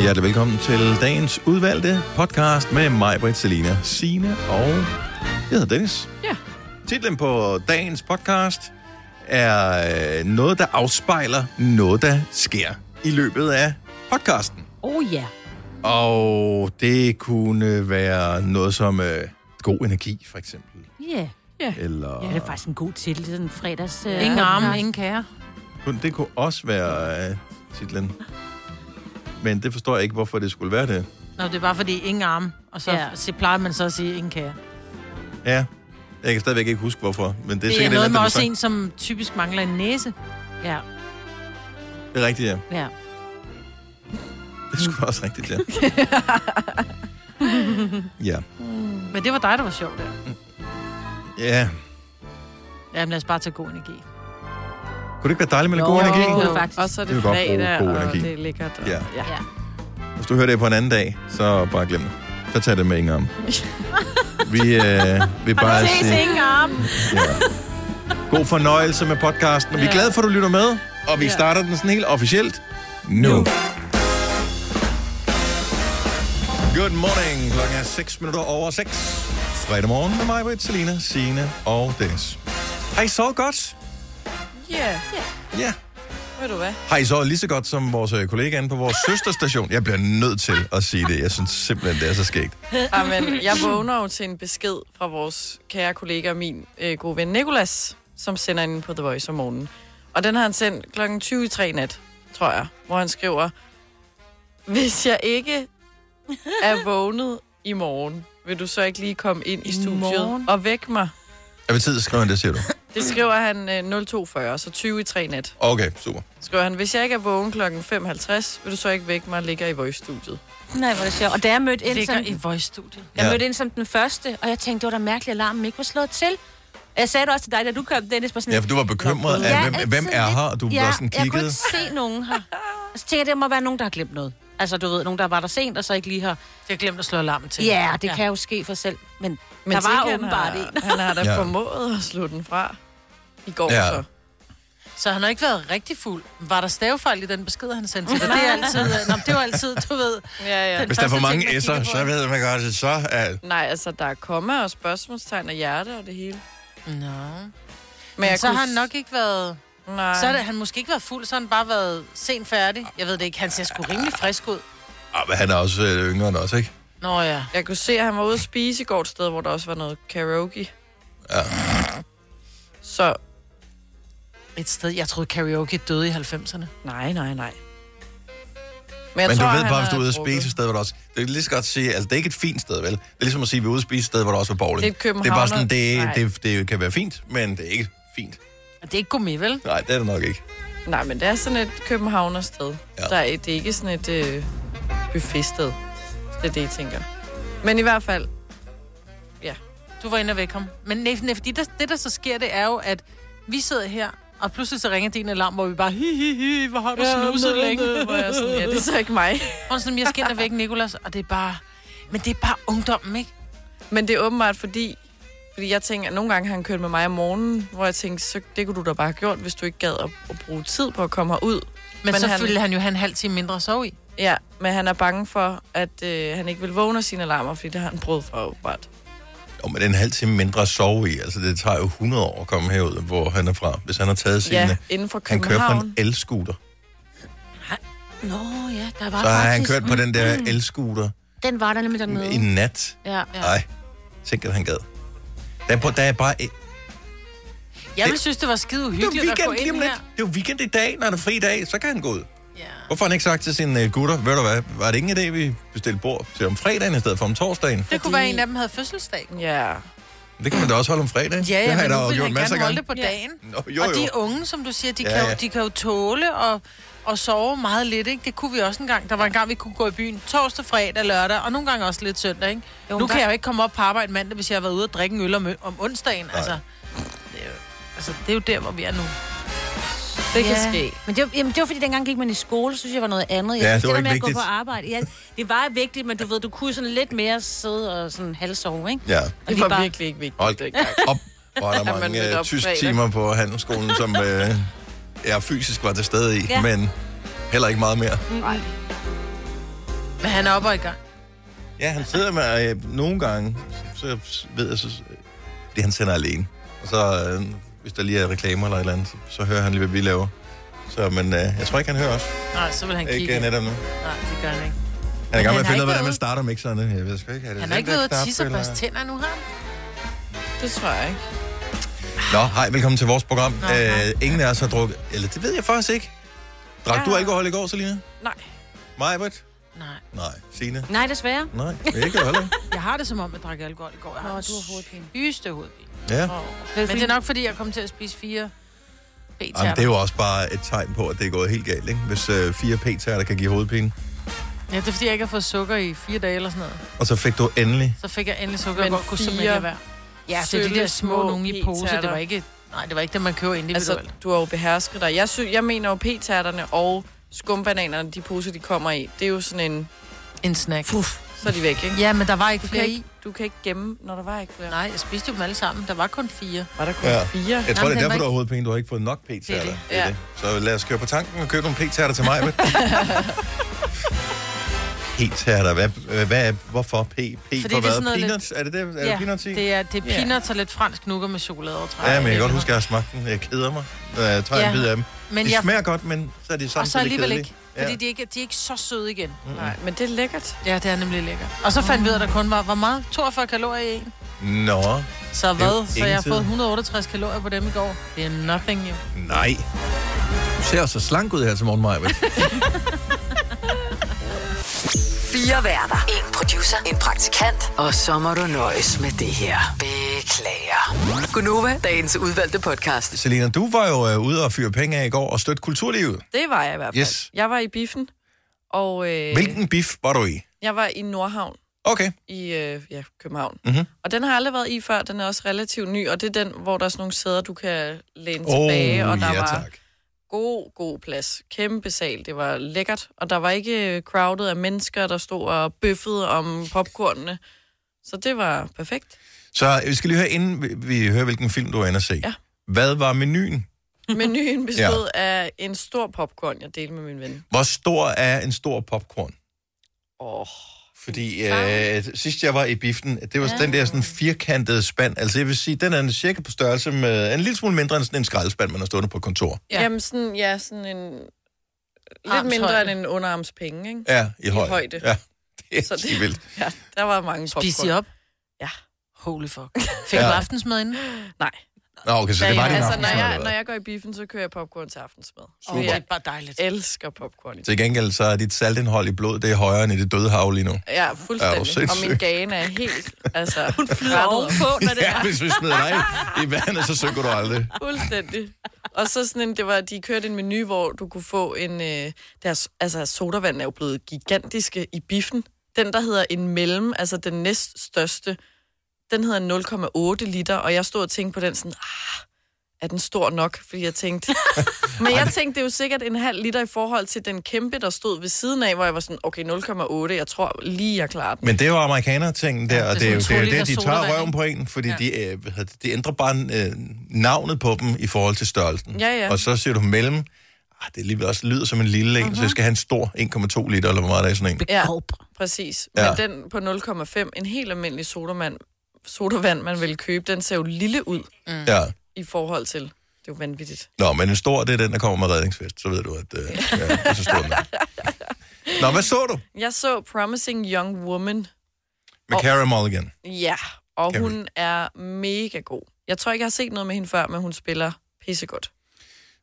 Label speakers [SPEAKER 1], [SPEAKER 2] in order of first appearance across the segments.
[SPEAKER 1] Hjertelig velkommen til dagens udvalgte podcast med mig, Britt, Selina, Signe og jeg hedder Dennis.
[SPEAKER 2] Ja.
[SPEAKER 1] Titlen på dagens podcast er øh, noget, der afspejler noget, der sker i løbet af podcasten.
[SPEAKER 2] Oh ja.
[SPEAKER 1] Og det kunne være noget som øh, god energi, for eksempel.
[SPEAKER 2] Ja. Ja.
[SPEAKER 1] Eller...
[SPEAKER 2] Ja, det er faktisk en god titel. Sådan en fredags... Øh,
[SPEAKER 3] Ingen arme,
[SPEAKER 2] podcast.
[SPEAKER 3] ingen kære.
[SPEAKER 1] Kun- Det kunne også være øh, titlen. Men det forstår jeg ikke, hvorfor det skulle være det.
[SPEAKER 3] Nå, det er bare fordi, ingen arme. Og så,
[SPEAKER 2] Ja.
[SPEAKER 3] ja. så plejer man så at sige, ingen kære. Det
[SPEAKER 1] Ja, jeg kan stadigvæk ikke huske, hvorfor. Men det er,
[SPEAKER 3] er, det er
[SPEAKER 1] sikkert
[SPEAKER 3] noget med
[SPEAKER 1] der
[SPEAKER 3] også
[SPEAKER 1] blev
[SPEAKER 3] en, som typisk mangler en næse.
[SPEAKER 2] Ja,
[SPEAKER 1] sagt. Det er rigtigt, ja.
[SPEAKER 2] ja.
[SPEAKER 1] Det er sgu også rigtigt, ja. ja.
[SPEAKER 3] Men det var dig, der var sjov der.
[SPEAKER 1] Ja.
[SPEAKER 3] Jamen lad os bare tage god energi.
[SPEAKER 1] Kunne det ikke være dejligt med lidt god energi?
[SPEAKER 2] jo, faktisk.
[SPEAKER 4] Og så er
[SPEAKER 1] Vi
[SPEAKER 4] det
[SPEAKER 1] vil godt bruge
[SPEAKER 4] fredag,
[SPEAKER 1] god
[SPEAKER 4] og
[SPEAKER 1] energi.
[SPEAKER 4] det er lækkert. Og,
[SPEAKER 1] Ja.
[SPEAKER 4] ja.
[SPEAKER 2] ja.
[SPEAKER 1] Hvis du hører det på en anden dag, så bare glem det. Så tag det med ingen arm. Vi øh, vil bare sige
[SPEAKER 3] ingen arme.
[SPEAKER 1] ja. god fornøjelse med podcasten. Og vi er glade for, at du lytter med. Og vi starter den sådan helt officielt nu. Good morning. Klokken er 6 minutter over 6. Fredag morgen med mig, Britt, Selina, Signe og Dennis. Har I sovet godt?
[SPEAKER 4] Ja,
[SPEAKER 1] Ja. Yeah.
[SPEAKER 4] ved du hvad?
[SPEAKER 1] Har I så lige så godt som vores øh, kollega inde på vores søsterstation? Jeg bliver nødt til at sige det. Jeg synes simpelthen, det er så skægt.
[SPEAKER 4] Amen, Ah, jeg vågner jo til en besked fra vores kære kollega, min øh, gode ven Nikolas, som sender ind på The Voice om morgenen. Og den har han sendt klokken 20 i tre nat, tror jeg, hvor han skriver, hvis jeg ikke er vågnet i morgen, vil du så ikke lige komme ind i studiet
[SPEAKER 3] morgen?
[SPEAKER 4] og vække mig?
[SPEAKER 1] Jeg vil tid skrive det, siger du.
[SPEAKER 4] Det skriver han øh, 0240, så 20 i tre nat.
[SPEAKER 1] Okay, super.
[SPEAKER 4] Skriver han, hvis jeg ikke er vågen klokken 5.50, vil du så ikke vække mig og ligger i Voice-studiet?
[SPEAKER 2] Nej, hvor er det sjovt. Og da jeg mødte ind,
[SPEAKER 3] Ligger
[SPEAKER 2] som,
[SPEAKER 3] i voice-studiet.
[SPEAKER 2] jeg
[SPEAKER 1] Ja.
[SPEAKER 2] mødte ind som den første, og jeg tænkte, det var da mærkeligt, at alarmen ikke var slået til. Jeg sagde det også til dig, da du kom, Dennis, på sådan
[SPEAKER 1] Ja, for du var bekymret af, hvem, hvem er her, og du
[SPEAKER 2] ja,
[SPEAKER 1] var sådan
[SPEAKER 2] jeg kunne
[SPEAKER 1] kigget.
[SPEAKER 2] ikke se nogen her. Og så tænkte jeg, det må være nogen, der har glemt noget. Altså, du ved, nogen, der var der sent, og så ikke lige her.
[SPEAKER 3] Jeg glemte at slå alarmen til.
[SPEAKER 2] Ja, det kan jo ske for selv. Men, men
[SPEAKER 4] Men
[SPEAKER 2] der var
[SPEAKER 4] tænk,
[SPEAKER 2] åbenbart
[SPEAKER 4] han har,
[SPEAKER 2] en.
[SPEAKER 4] Han har da
[SPEAKER 1] Ja.
[SPEAKER 4] ja. formået at slå den fra i går
[SPEAKER 1] Ja.
[SPEAKER 4] ja. så.
[SPEAKER 3] Så han har ikke været rigtig fuld. Var der stavefejl i den besked, han sendte til dig? Det er altid, nå, men det var altid, du ved.
[SPEAKER 4] Ja, ja.
[SPEAKER 1] Hvis der er for
[SPEAKER 3] Første
[SPEAKER 1] mange
[SPEAKER 3] ting, man kigger
[SPEAKER 1] s'er,
[SPEAKER 3] på.
[SPEAKER 1] så ved man godt, at så er...
[SPEAKER 4] Nej, altså, der er komma og spørgsmålstegn og hjerte og det hele.
[SPEAKER 3] Nå.
[SPEAKER 4] Men,
[SPEAKER 3] Men så har han nok ikke været...
[SPEAKER 4] Nej.
[SPEAKER 3] Så har det- han måske ikke været fuld, så har han bare været sent færdig. Jeg ved det ikke, han ser sgu rimelig frisk ud.
[SPEAKER 1] Ah, men han er også øh, yngre end os, ikke?
[SPEAKER 3] Nå ja.
[SPEAKER 4] Jeg kunne se, at han var ude at spise i går et sted, hvor der også var noget karaoke. Ja. Så,
[SPEAKER 3] Et sted, jeg troede karaoke døde i 90'erne.
[SPEAKER 4] nej, nej, nej.
[SPEAKER 1] Men du ved
[SPEAKER 4] han
[SPEAKER 1] bare, hvis
[SPEAKER 4] har
[SPEAKER 1] du er ude at
[SPEAKER 4] drukket.
[SPEAKER 1] spise et sted, hvor der også... Det er lige så godt sige, altså det er ikke et fint sted, vel? Det er ligesom at sige, at vi er ude at spise et sted, hvor der også er bowling.
[SPEAKER 4] Det er et
[SPEAKER 1] det er bare sådan, det,
[SPEAKER 4] københavner-
[SPEAKER 1] det, det kan være fint, men det er ikke fint.
[SPEAKER 3] Og det er ikke gourmet, vel?
[SPEAKER 1] Nej, det er det nok ikke.
[SPEAKER 4] Nej, men det er sådan et københavnersted.
[SPEAKER 1] Ja.
[SPEAKER 4] Ja. Der er, det er ikke sådan et øh, buffetsted. Det er det, jeg tænker. Men i hvert fald, ja.
[SPEAKER 3] Du var inde og væk ham. Men nej, nej, fordi der, det, der så sker, det er jo, at vi sidder her, og pludselig så ringer din alarm, hvor vi bare, hi, hi, hi, hvor har du snuset længe?
[SPEAKER 4] Hvor jeg er sådan, ja, det er så ikke mig.
[SPEAKER 3] Og sådan, jeg skal ind og væk, Nikolas, og det er bare... Men det er bare ungdommen, ikke?
[SPEAKER 4] Men det er åbenbart fordi, fordi jeg tænker, at nogle gange har han kørt med mig om morgenen, hvor jeg tænkte, så det kunne du da bare have gjort, hvis du ikke gad at, at bruge tid på at komme herud.
[SPEAKER 3] Men, men
[SPEAKER 4] Men
[SPEAKER 3] så
[SPEAKER 4] han-
[SPEAKER 3] han... ville han jo have en halv time mindre at sove i.
[SPEAKER 4] Ja, men han er bange for, at øh, han ikke vil vågne af sine alarmer, fordi det har han prøvet for åbenbart.
[SPEAKER 1] Jo, men det er en halv time mindre at sove i. Altså, det tager jo 100 år at komme herud, hvor han er fra. Hvis han har taget sine...
[SPEAKER 4] Ja, inden for
[SPEAKER 1] han kører på
[SPEAKER 4] København. Ah,
[SPEAKER 1] en elskuter.
[SPEAKER 2] Nå ja, der var
[SPEAKER 1] Så har han
[SPEAKER 2] faktisk...
[SPEAKER 1] kørt på den der
[SPEAKER 4] Mm.
[SPEAKER 1] elskuter
[SPEAKER 2] Den var der nemlig dernede.
[SPEAKER 1] i nat.
[SPEAKER 2] Ja.
[SPEAKER 1] Nej, tænk, at han gad. Der er, på, der er bare...
[SPEAKER 3] Jeg
[SPEAKER 1] Et... Det-
[SPEAKER 3] ville synes, det var skide
[SPEAKER 1] Det er jo
[SPEAKER 3] uhyggeligt at gå
[SPEAKER 1] weekend lige
[SPEAKER 3] ind
[SPEAKER 1] om
[SPEAKER 3] her.
[SPEAKER 1] lidt. Det er jo weekend i dag, når der er fri dag, så kan han gå ud.
[SPEAKER 3] Ja.
[SPEAKER 1] Hvorfor har han ikke sagt til sine øh, gutter, ved du hvad, var det ingen idé, vi bestilte bord til om fredagen i stedet for om torsdagen?
[SPEAKER 3] Det kunne være, en af dem havde fødselsdag.
[SPEAKER 4] Ja.
[SPEAKER 1] Det kan man da også holde om fredagen.
[SPEAKER 3] Ja,
[SPEAKER 1] det
[SPEAKER 3] ja,
[SPEAKER 1] har jeg
[SPEAKER 3] men
[SPEAKER 1] da
[SPEAKER 3] nu ville
[SPEAKER 1] gjort
[SPEAKER 3] han
[SPEAKER 1] masser af
[SPEAKER 3] gerne holde
[SPEAKER 1] gange.
[SPEAKER 3] det på dagen.
[SPEAKER 1] Nå, jo,
[SPEAKER 3] Og de
[SPEAKER 1] jo.
[SPEAKER 3] unge, som du siger, de,
[SPEAKER 1] Ja,
[SPEAKER 3] ja, kan, jo,
[SPEAKER 1] ja.
[SPEAKER 3] de kan jo tåle og, og sove meget lidt, ikke? Det kunne vi også engang. Der var en gang, vi kunne gå i byen torsdag, fredag, lørdag, og nogle gange også lidt søndag, ikke?
[SPEAKER 2] Jo,
[SPEAKER 3] nu
[SPEAKER 2] men
[SPEAKER 3] kan
[SPEAKER 2] der-
[SPEAKER 3] jeg jo ikke komme op på arbejde mandag, hvis jeg har været ude og drikke en øl om, om onsdagen. Altså, det er jo, altså, det er jo der, hvor vi er nu.
[SPEAKER 4] Det kan
[SPEAKER 2] Ja.
[SPEAKER 4] ske.
[SPEAKER 2] Men det var, jamen, det var fordi, dengang gik man i skole, synes jeg var noget andet. Jeg
[SPEAKER 1] Ja,
[SPEAKER 2] synes,
[SPEAKER 1] det var
[SPEAKER 2] der
[SPEAKER 1] ikke
[SPEAKER 2] med at
[SPEAKER 1] vigtigt.
[SPEAKER 2] gå på arbejde. Ja, det var vigtigt, men du ved, du kunne sådan lidt mere sidde og sådan halvsove, ikke?
[SPEAKER 1] Ja,
[SPEAKER 2] Og
[SPEAKER 4] Det
[SPEAKER 2] lige
[SPEAKER 4] var
[SPEAKER 2] bare-
[SPEAKER 4] virkelig ikke vigtigt.
[SPEAKER 1] hold
[SPEAKER 4] dengang.
[SPEAKER 1] op. Hvor er
[SPEAKER 4] At man
[SPEAKER 1] der mange
[SPEAKER 4] mødte
[SPEAKER 1] øh,
[SPEAKER 4] op
[SPEAKER 1] tysk
[SPEAKER 4] fredag.
[SPEAKER 1] timer på handelsskolen, som øh, jeg fysisk var til stede i,
[SPEAKER 2] Ja.
[SPEAKER 1] men heller ikke meget mere.
[SPEAKER 3] Men han er oppe og i gang.
[SPEAKER 1] Ja, han sidder med øh, nogle gange, så så ved jeg, så, det han sender alene. Og så, øh, hvis der lige er reklamer eller et eller andet, så, så hører han lige, hvad vi laver. Så, men øh, jeg tror ikke, han hører os.
[SPEAKER 3] Nej, så vil han kigge.
[SPEAKER 1] Ikke øh, netop nu.
[SPEAKER 3] Nej, det gør han ikke.
[SPEAKER 1] Han er i gang med
[SPEAKER 2] han har
[SPEAKER 1] at finde ud af,
[SPEAKER 2] ikke
[SPEAKER 1] hvordan man
[SPEAKER 2] været-
[SPEAKER 1] starter mixerne. Jeg ved sgu ikke, er det
[SPEAKER 3] Han
[SPEAKER 1] den
[SPEAKER 3] har ikke
[SPEAKER 1] der
[SPEAKER 3] været ude
[SPEAKER 1] knap,
[SPEAKER 3] at tisse og
[SPEAKER 1] eller-
[SPEAKER 3] børste tænder nu, har han?
[SPEAKER 4] Det tror jeg ikke.
[SPEAKER 1] Nå, hej, velkommen til vores program. Nå,
[SPEAKER 3] hej.
[SPEAKER 1] øh, ingen af os har drukket... Eller det ved jeg faktisk ikke. Drak du
[SPEAKER 4] Ja.
[SPEAKER 1] alkohol i går, Selina?
[SPEAKER 4] Nej.
[SPEAKER 1] Mig,
[SPEAKER 3] Nej.
[SPEAKER 1] Nej. Signe?
[SPEAKER 2] Nej, desværre.
[SPEAKER 1] Nej, ikke heller. ikke.
[SPEAKER 3] Jeg har det som om, at jeg drak alkohol i går. Jeg har
[SPEAKER 2] Nå,
[SPEAKER 3] den
[SPEAKER 2] du har hovedpine.
[SPEAKER 3] Sygeste hovedpine.
[SPEAKER 1] Ja.
[SPEAKER 3] Men det er nok, fordi jeg kom til at spise fire
[SPEAKER 1] Jamen, det er
[SPEAKER 3] p-tærter.
[SPEAKER 1] jo også bare et tegn på, at det er gået helt galt, ikke? Hvis øh, fire p-tærter kan give hovedpine.
[SPEAKER 3] Ja, det er, fordi jeg ikke har fået sukker i fire dage eller sådan noget.
[SPEAKER 1] Og så fik du endelig...
[SPEAKER 3] Så fik jeg endelig sukker,
[SPEAKER 4] Men
[SPEAKER 3] og godt kunne simpelthen
[SPEAKER 4] fire
[SPEAKER 3] ikke lade være. Ja, det er de der
[SPEAKER 4] sølle
[SPEAKER 3] små
[SPEAKER 4] små
[SPEAKER 3] nogle i pose. Det
[SPEAKER 4] p-tærter.
[SPEAKER 3] var ikke... Nej, det var ikke det, man køber individuelt.
[SPEAKER 4] Altså, du har jo behersket dig. Jeg, sy- jeg mener jo p-tærterne og skumbananerne, de poser, de kommer i. Det er jo sådan en...
[SPEAKER 3] en snack. Puff.
[SPEAKER 4] Så er de væk, ikke?
[SPEAKER 3] Ja, men der var ikke
[SPEAKER 4] Du
[SPEAKER 3] flere
[SPEAKER 4] kan
[SPEAKER 3] i.
[SPEAKER 4] ikke, du kan ikke gemme, når der var ikke flere.
[SPEAKER 3] Nej, jeg spiste jo dem alle sammen. Der var kun fire.
[SPEAKER 4] Var der kun
[SPEAKER 1] Ja.
[SPEAKER 4] ja. fire?
[SPEAKER 1] Jeg tror,
[SPEAKER 3] Jamen,
[SPEAKER 1] det
[SPEAKER 3] den var
[SPEAKER 1] er derfor, du har
[SPEAKER 3] ikke-
[SPEAKER 1] hovedpine. Du har ikke fået nok
[SPEAKER 3] Det er
[SPEAKER 1] p-tærter.
[SPEAKER 3] det.
[SPEAKER 1] Det er
[SPEAKER 4] Ja.
[SPEAKER 1] det. Så lad os køre på tanken og købe nogle p-tærter til mig, P-tærter, hvad, øh, hvad er, hvorfor P? P
[SPEAKER 3] det
[SPEAKER 1] for
[SPEAKER 3] er sådan
[SPEAKER 1] hvad?
[SPEAKER 3] noget lidt-
[SPEAKER 1] Peanuts? Er det det? Er det peanuts i?
[SPEAKER 3] det er, det er
[SPEAKER 4] Ja.
[SPEAKER 3] peanuts og lidt fransk nukker med chokoladeovertræk.
[SPEAKER 1] Ja, men jeg kan godt huske, at jeg har smagt den. Jeg keder mig, når jeg tager
[SPEAKER 3] Ja.
[SPEAKER 1] en bid af dem.
[SPEAKER 3] Men
[SPEAKER 1] de
[SPEAKER 3] jeg-
[SPEAKER 1] smager godt, men så er de samtidig
[SPEAKER 3] Og så alligevel
[SPEAKER 1] kedelige.
[SPEAKER 3] ikke. Fordi de, ikke, de er ikke så søde igen.
[SPEAKER 4] Nej, men det er lækkert.
[SPEAKER 3] Ja, det er nemlig lækkert. Og så fandt vi ud af, at der kun var, hvor meget? 42 kalorier i en.
[SPEAKER 1] Nå,
[SPEAKER 3] Så
[SPEAKER 1] Det er jo
[SPEAKER 3] hvad? Så jeg har
[SPEAKER 1] ingen tid.
[SPEAKER 3] fået 168 kalorier på dem i går. Det er nothing, jo.
[SPEAKER 1] nej. Du ser så slank ud her til morgen, Maja.
[SPEAKER 5] Fire værter. En producer. En praktikant. Og så må du nøjes med det her. Beklager. Gunova, dagens udvalgte podcast.
[SPEAKER 1] Selina, du var jo øh, ude og fyre penge af i går og støtte kulturlivet.
[SPEAKER 4] Det var jeg i hvert fald.
[SPEAKER 1] Yes.
[SPEAKER 4] Jeg var i biffen, og øh,
[SPEAKER 1] Hvilken biff var du i?
[SPEAKER 4] jeg var i Nordhavn
[SPEAKER 1] Okay.
[SPEAKER 4] i øh, ja, København.
[SPEAKER 1] Mhm.
[SPEAKER 4] Mm-hmm. Og den har jeg aldrig været i før. Den er også relativt ny, og det er den, hvor der er sådan nogle sæder, du kan læne tilbage. Og der
[SPEAKER 1] ja,
[SPEAKER 4] var
[SPEAKER 1] tak.
[SPEAKER 4] god, god plads. Kæmpe sal. Det var lækkert. Og der var ikke øh, crowded af mennesker, der stod og bøffede om popcornene. Så det var perfekt.
[SPEAKER 1] Så øh, vi skal lige høre, inden vi, vi hører, hvilken film du er inde at se.
[SPEAKER 4] Ja.
[SPEAKER 1] Hvad var menuen?
[SPEAKER 4] Menuen bestod ja. af en stor popcorn, jeg delte med min ven.
[SPEAKER 1] Hvor stor er en stor popcorn?
[SPEAKER 4] Åh, oh,
[SPEAKER 1] Fordi øh, sidst jeg var i biften, det var ja. den der sådan firkantede spand. Altså jeg vil sige, den er cirka på størrelse med, en lille smule mindre end sådan en skraldespand, man har stående på et kontor.
[SPEAKER 4] Ja. Jamen sådan, ja, sådan en... øh, Lidt
[SPEAKER 3] Armshøjde.
[SPEAKER 4] mindre end en underarmspenge, ikke?
[SPEAKER 1] Ja, i, I højde.
[SPEAKER 4] højde.
[SPEAKER 1] Ja, det er
[SPEAKER 4] Så
[SPEAKER 1] så
[SPEAKER 4] det-
[SPEAKER 1] det... vildt.
[SPEAKER 4] Ja, der var mange popcorn.
[SPEAKER 3] Spiste de op?
[SPEAKER 4] Ja.
[SPEAKER 3] Holy fuck. Fik du
[SPEAKER 1] Ja.
[SPEAKER 3] aftensmad inden?
[SPEAKER 4] Nej.
[SPEAKER 1] Nå, okay, så det var
[SPEAKER 3] Ja, ja,
[SPEAKER 1] din
[SPEAKER 4] altså,
[SPEAKER 1] aftensmad,
[SPEAKER 4] når jeg,
[SPEAKER 1] eller
[SPEAKER 4] når
[SPEAKER 1] hvad?
[SPEAKER 4] jeg går i biffen, så kører jeg popcorn til aftensmad.
[SPEAKER 3] Åh,
[SPEAKER 4] Og
[SPEAKER 3] det
[SPEAKER 4] jeg
[SPEAKER 3] er bare dejligt.
[SPEAKER 4] elsker popcorn.
[SPEAKER 1] Til gengæld så er dit saltindhold i blod, det er højere end i det døde hav lige nu.
[SPEAKER 4] Ja,
[SPEAKER 1] Er du
[SPEAKER 4] fuldstændig.
[SPEAKER 1] sindssyg?
[SPEAKER 4] og min gane er helt, altså... Hun flyver
[SPEAKER 2] på, når det
[SPEAKER 1] Ja, hvis vi smider dig i- i vandet, så synker du aldrig.
[SPEAKER 4] Fuldstændig. Og så sådan en, det var, de kørte en menu, hvor du kunne få en, øh, deres, altså sodavand er jo blevet gigantiske i biffen. Den, der hedder en mellem, altså den næststørste, den hedder 0,8 liter, og jeg stod og tænkte på den sådan, ah, er den stor nok? Fordi jeg tænkte... Men jeg tænkte, det er jo sikkert en halv liter i forhold til den kæmpe, der stod ved siden af, hvor jeg var sådan, okay, 0,8, jeg tror lige, jeg klarer den.
[SPEAKER 1] Men det er jo amerikaner-tingen der, og det er jo det, er
[SPEAKER 3] sådan
[SPEAKER 1] jo
[SPEAKER 3] to
[SPEAKER 1] det de
[SPEAKER 3] liter
[SPEAKER 1] tør
[SPEAKER 3] sodavand,
[SPEAKER 1] røven
[SPEAKER 3] ikke?
[SPEAKER 1] på en, fordi ja. de, øh, hvad hedder det, de ændrer bare øh, navnet på dem i forhold til størrelsen.
[SPEAKER 4] Ja, ja.
[SPEAKER 1] Og så siger du mellem, ah, det alligevel også lyder som en lille en, uh-huh. så jeg skal have en stor 1,2 liter, eller hvor meget der er i sådan en.
[SPEAKER 4] Ja,
[SPEAKER 2] Korp.
[SPEAKER 4] præcis.
[SPEAKER 1] Ja.
[SPEAKER 4] Ja. Men den på 0,5, en helt almindelig sodavand, sodavand, man vil købe, den ser jo lille ud
[SPEAKER 1] Mm. Ja.
[SPEAKER 4] i forhold til... Det er jo vanvittigt.
[SPEAKER 1] Nå, men en stor, det er den, der kommer med redningsvest, så ved du, at øh, ja, det er så stor den er. Nå, hvad så du
[SPEAKER 4] Jeg så Promising Young Woman.
[SPEAKER 1] med Cara Mulligan?
[SPEAKER 4] Ja, og
[SPEAKER 1] Kan vi-
[SPEAKER 4] hun er mega god. Jeg tror ikke, jeg har set noget med hende før, men hun spiller pissegodt.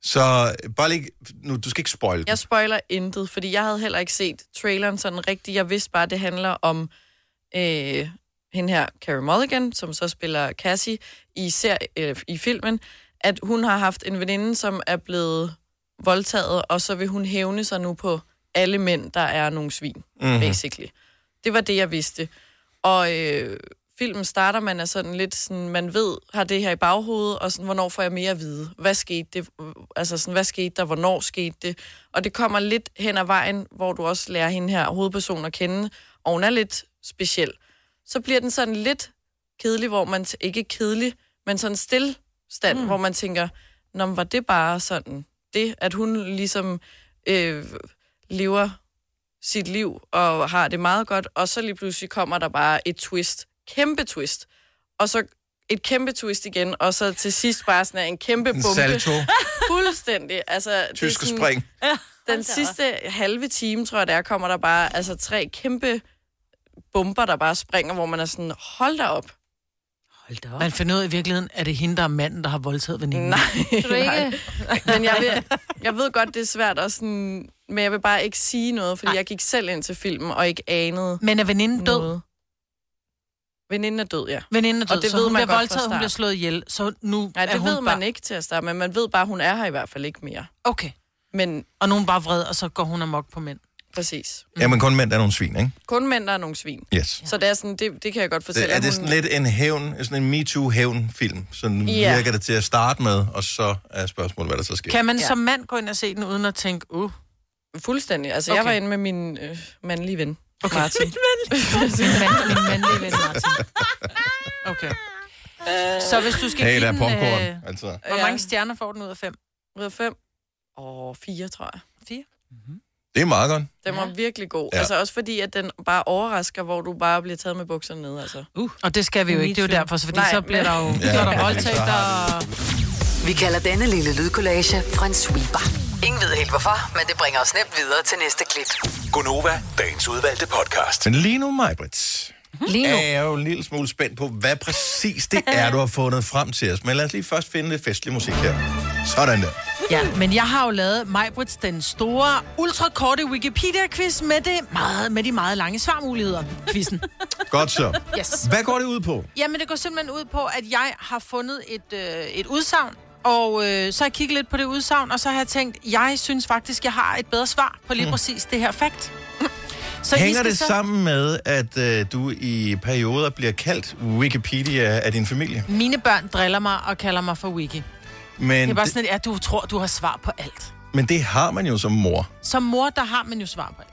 [SPEAKER 1] Så øh, bare lige, nu, du skal ikke spoil den.
[SPEAKER 4] Jeg spoiler intet, fordi jeg havde heller ikke set traileren sådan rigtigt. Jeg vidste bare, at det handler om øh, hende her, Carey Mulligan, som så spiller Cassie i, ser, øh, i filmen, at hun har haft en veninde, som er blevet voldtaget, og så vil hun hævne sig nu på alle mænd, der er nogle svin,
[SPEAKER 1] Mhm.
[SPEAKER 4] mm-hmm. basically. Det var det, jeg vidste. Og øh, filmen starter, man er sådan lidt sådan, man ved, har det her i baghovedet, og sådan, hvornår får jeg mere at vide? Hvad skete det? Altså sådan, hvad skete der? Hvornår skete det? Og det kommer lidt hen ad vejen, hvor du også lærer hende her hovedperson at kende, og hun er lidt speciel. Så bliver den sådan lidt kedelig, hvor man, t- ikke kedelig, men sådan stillstand, mm. hvor man tænker, Nå, men var det bare sådan det, at hun ligesom øh, lever sit liv og har det meget godt, og så lige pludselig kommer der bare et twist. Kæmpe twist. Og så et kæmpe twist igen, og så til sidst bare sådan en kæmpe
[SPEAKER 1] En
[SPEAKER 4] bombe.
[SPEAKER 1] salto.
[SPEAKER 4] Fuldstændig. Altså, det er
[SPEAKER 1] Tysk
[SPEAKER 4] sådan-
[SPEAKER 1] spring.
[SPEAKER 4] den sidste halve time, tror jeg, der kommer der bare altså, tre kæmpe bomber, der bare springer, hvor man er sådan, hold da op.
[SPEAKER 2] Hold da op.
[SPEAKER 3] Man finder ud af i virkeligheden, er det hende, der er manden, der har voldtaget veninden.
[SPEAKER 4] Nej,
[SPEAKER 2] Tror du
[SPEAKER 4] nej.
[SPEAKER 2] ikke?
[SPEAKER 4] Men jeg ved, jeg ved godt, det er svært også sådan, men jeg vil bare ikke sige noget, fordi jeg gik selv ind til filmen og ikke anede
[SPEAKER 3] Men er veninden død?
[SPEAKER 4] noget. Veninden er død, ja.
[SPEAKER 3] Veninden er død,
[SPEAKER 4] Og det
[SPEAKER 3] så
[SPEAKER 4] ved
[SPEAKER 3] hun
[SPEAKER 4] man
[SPEAKER 3] bliver
[SPEAKER 4] godt fra
[SPEAKER 3] voldtaget, hun
[SPEAKER 4] start.
[SPEAKER 3] bliver slået ihjel. Så nu
[SPEAKER 4] Nej,
[SPEAKER 3] er
[SPEAKER 4] det
[SPEAKER 3] hun
[SPEAKER 4] ved
[SPEAKER 3] bare...
[SPEAKER 4] man ikke til at starte med. Man ved bare, hun er her i hvert fald ikke mere.
[SPEAKER 3] Okay.
[SPEAKER 4] Men
[SPEAKER 3] Og nogen bare vred, og så går hun amok på mænd.
[SPEAKER 4] præcis.
[SPEAKER 1] Ja, men kun mænd der er nogle svin, ikke?
[SPEAKER 4] Kun mænd, der er nogle svin.
[SPEAKER 1] Yes.
[SPEAKER 4] Så det er sådan, det, det kan jeg godt fortælle.
[SPEAKER 1] Det, er
[SPEAKER 4] at
[SPEAKER 1] det
[SPEAKER 4] hun-
[SPEAKER 1] sådan lidt en hævn, sådan en MeToo-hævn-film? Sådan
[SPEAKER 4] Ja.
[SPEAKER 1] virker det til at starte med, og så er spørgsmålet, hvad der så sker.
[SPEAKER 3] Kan man ja.
[SPEAKER 4] Ja.
[SPEAKER 3] som mand gå ind og se den, uden at tænke, uh,
[SPEAKER 4] Fuldstændig. Altså, okay. jeg
[SPEAKER 3] Okay.
[SPEAKER 4] var inde med min øh, mandlige ven,
[SPEAKER 3] Okay.
[SPEAKER 4] okay. Martin.
[SPEAKER 3] min, mand, min mandlige ven, Martin. Okay. Så hvis du skal
[SPEAKER 1] Hey,
[SPEAKER 3] give
[SPEAKER 1] der er
[SPEAKER 3] den...
[SPEAKER 1] popcorn.
[SPEAKER 3] øh,
[SPEAKER 1] Altså,
[SPEAKER 3] hvor
[SPEAKER 4] Ja.
[SPEAKER 3] mange stjerner får den ud af fem?
[SPEAKER 4] Ud af fem? Åh, fire, tror jeg.
[SPEAKER 1] det er meget godt.
[SPEAKER 4] Den var virkelig god.
[SPEAKER 1] Ja.
[SPEAKER 4] Ja. Altså også fordi, at den bare overrasker, hvor du bare bliver taget med bukserne ned, altså.
[SPEAKER 2] Uh.
[SPEAKER 3] Og det skal vi jo ikke, det er jo derfor, så, fordi Nej,
[SPEAKER 4] Nej,
[SPEAKER 3] så bliver
[SPEAKER 4] men-
[SPEAKER 3] der jo ja,
[SPEAKER 1] Ja,
[SPEAKER 3] så er der
[SPEAKER 1] okay,
[SPEAKER 3] voldtægt
[SPEAKER 1] så har
[SPEAKER 3] og...
[SPEAKER 5] Vi kalder denne lille lydkollage Frans sweeper. Ingen ved helt hvorfor, men det bringer os nemt videre til næste klip.
[SPEAKER 6] Gunova, dagens udvalgte podcast.
[SPEAKER 1] Men lige nu, Majbrits,
[SPEAKER 2] Lige
[SPEAKER 3] Mm.
[SPEAKER 2] nu.
[SPEAKER 1] er jeg jo en lille smule spændt på, hvad præcis det er, du har fundet frem til os. Men lad os lige først finde lidt festlig musik her. Sådan der.
[SPEAKER 3] Ja, men jeg har jo lavet Majbrits den store, ultrakorte Wikipedia-quiz med, det meget, med de meget lange svarmuligheder. Quizzen.
[SPEAKER 1] Godt så.
[SPEAKER 3] Yes.
[SPEAKER 1] Hvad går det ud på?
[SPEAKER 3] Jamen, det går simpelthen ud på, at jeg har fundet et, øh, et udsagn, og øh, så har jeg kigget lidt på det udsagn, og så har jeg tænkt, jeg synes faktisk, jeg har et bedre svar på lige mm. præcis det her fakt. Så I
[SPEAKER 1] Hænger
[SPEAKER 3] skal
[SPEAKER 1] det sammen med, at øh, du i perioder bliver kaldt Wikipedia af din familie?
[SPEAKER 3] Mine børn driller mig og kalder mig for Wiki. Det
[SPEAKER 1] Men
[SPEAKER 3] er bare
[SPEAKER 1] Mm, det,
[SPEAKER 3] sådan, at ja, du tror, du har svar på alt.
[SPEAKER 1] men det har man jo som mor.
[SPEAKER 3] Som mor, der har man jo svar på alt.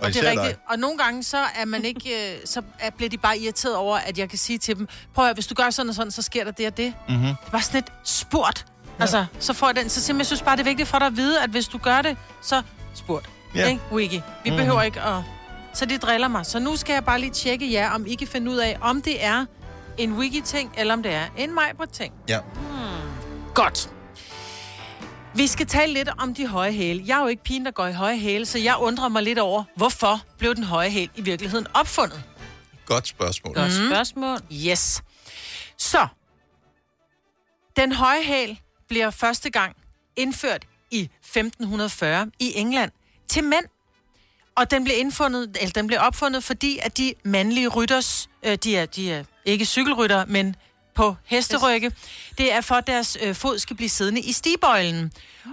[SPEAKER 1] Og, og
[SPEAKER 3] Det er rigtigt. Og nogle gange, så, er man ikke, øh, så er, bliver de bare irriteret over, at jeg kan sige til dem, prøv at høre, hvis du gør sådan og sådan, så sker der det og det. Mm-hmm. Det er bare sådan et spurt. Ja. Altså, så får jeg den. Så simpelthen, jeg synes bare, det er vigtigt for dig at vide, at hvis du gør det, så spurt.
[SPEAKER 1] Ja.
[SPEAKER 3] Ja. Ikke? Wiki. Vi mm-hmm. behøver ikke at... Så de driller mig. Så nu skal jeg bare lige tjekke jer, om I kan finde ud af, om det er en wiki-ting, eller om det er en Majbert-ting.
[SPEAKER 1] Ja.
[SPEAKER 3] Godt. Vi skal tale lidt om de høje hæle. Jeg er jo ikke pigen, der går i høje hæle, så jeg undrer mig lidt over, hvorfor blev den høje hæl i virkeligheden opfundet?
[SPEAKER 1] Godt spørgsmål.
[SPEAKER 2] Godt spørgsmål.
[SPEAKER 3] Yes. Så, den høje hæl bliver første gang indført i 1540 i England til mænd. Og den blev, indfundet, eller den blev opfundet, fordi at de mandlige rytters, øh, de, er, de er ikke cykelrytter, men på hesterygge, det er for, at deres øh, fod skal blive siddende i stigbøjlen.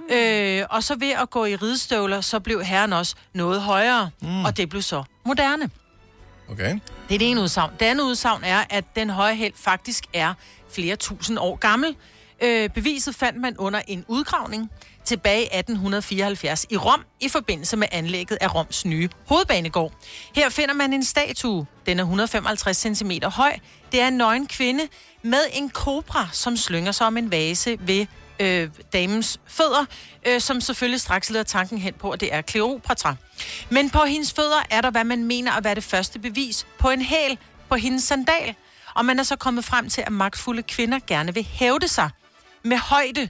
[SPEAKER 3] Mm. Øh, og så ved at gå i ridestøvler, så blev herren også noget højere, mm. og det blev så moderne.
[SPEAKER 1] Okay.
[SPEAKER 3] Det er det ene udsagn. Det andet udsagn er, at den høje held faktisk er flere tusind år gammel. Øh, beviset fandt man under en udgravning tilbage i 1874 i Rom i forbindelse med anlægget af Roms nye hovedbanegård. Her finder man en statue. Den er 155 cm høj. Det er en nøgen kvinde med en kobra, som slynger sig om en vase ved øh, damens fødder, øh, som selvfølgelig straks leder tanken hen på, at det er Kleopatra. Men på hendes fødder er der, hvad man mener at være det første bevis på en hæl på hendes sandal. Og man er så kommet frem til, at magtfulde kvinder gerne vil hævde sig med højde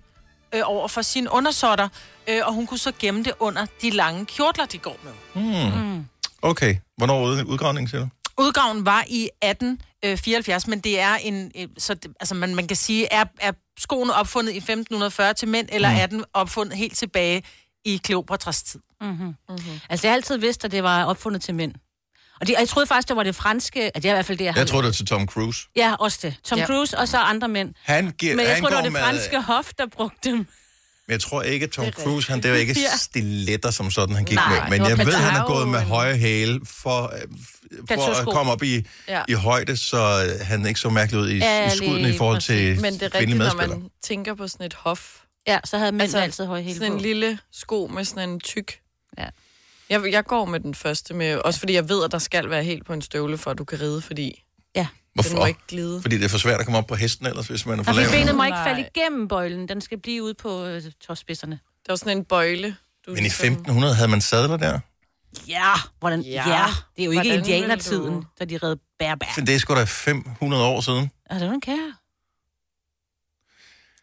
[SPEAKER 3] øh, over for sine undersåtter, øh, og hun kunne så gemme det under de lange kjortler, de går med.
[SPEAKER 1] Okay. Hvornår ud, udgravningen, siger du?
[SPEAKER 3] Udgaven var i 1874, men det er en... øh, Så, det- altså, man, man kan sige, er, er skoene opfundet i 1540 til mænd, eller er den opfundet helt tilbage i Kleopatras tid?
[SPEAKER 2] Altså, jeg har altid vidst, at det var opfundet til mænd. Og, de, og jeg troede faktisk, det var det franske... At det er i hvert fald det, jeg har...
[SPEAKER 1] Jeg tror, det er til Tom Cruise.
[SPEAKER 2] Ja, også det. Tom ja.
[SPEAKER 4] Ja.
[SPEAKER 2] Cruise og så andre mænd.
[SPEAKER 1] Han giver,
[SPEAKER 2] Men jeg
[SPEAKER 1] han
[SPEAKER 2] tror, det var
[SPEAKER 1] går
[SPEAKER 2] det
[SPEAKER 1] med,
[SPEAKER 2] franske hof, der brugte dem.
[SPEAKER 1] Men jeg tror ikke, at Tom Cruise, han, det var ikke
[SPEAKER 2] Ja.
[SPEAKER 1] stiletter som sådan, han gik
[SPEAKER 2] Nej,
[SPEAKER 1] med. Men
[SPEAKER 2] det var
[SPEAKER 1] jeg ved,
[SPEAKER 2] Patao,
[SPEAKER 1] han har gået med
[SPEAKER 2] men-
[SPEAKER 1] høje hæle for, øh, f- for at
[SPEAKER 2] Plateausko.
[SPEAKER 1] komme op i, ja.
[SPEAKER 4] Ja.
[SPEAKER 1] i højde, så øh, han ikke så mærkelig ud i, i
[SPEAKER 2] Ja,
[SPEAKER 1] skuddene
[SPEAKER 2] lige
[SPEAKER 1] i forhold til
[SPEAKER 4] Men det er
[SPEAKER 1] kvindelige
[SPEAKER 4] rigtigt, når
[SPEAKER 1] medspillere.
[SPEAKER 4] man tænker på sådan et hof.
[SPEAKER 2] Ja, så havde mænd altså,
[SPEAKER 4] Altså,
[SPEAKER 2] altid høje hele
[SPEAKER 4] Sådan
[SPEAKER 2] på.
[SPEAKER 4] en lille sko med sådan en tyk.
[SPEAKER 2] Ja.
[SPEAKER 4] Jeg, jeg går med den første, med, også fordi jeg ved, at der skal være helt på en støvle, for at du kan ride, fordi
[SPEAKER 2] Ja.
[SPEAKER 1] Hvorfor?
[SPEAKER 4] den må ikke glide.
[SPEAKER 1] Fordi det er for svært at komme op på hesten ellers, hvis man er for
[SPEAKER 2] Og fordi
[SPEAKER 1] lav.
[SPEAKER 2] benet må ikke falde
[SPEAKER 4] Nej.
[SPEAKER 2] igennem bøjlen. Den skal blive ude på øh, tåspidserne.
[SPEAKER 4] Der var sådan en bøjle. Du
[SPEAKER 1] Men i
[SPEAKER 4] ligesom-
[SPEAKER 1] 1500 havde man sadler der.
[SPEAKER 2] Ja, hvordan, ja.
[SPEAKER 4] Ja.
[SPEAKER 2] ja. Det er jo ikke
[SPEAKER 4] Hvordan vil
[SPEAKER 2] indianertiden,
[SPEAKER 4] du-
[SPEAKER 2] da de redde bærbær.
[SPEAKER 1] Men det er sgu da 500 år siden.
[SPEAKER 2] Er det, Altså, hun kan?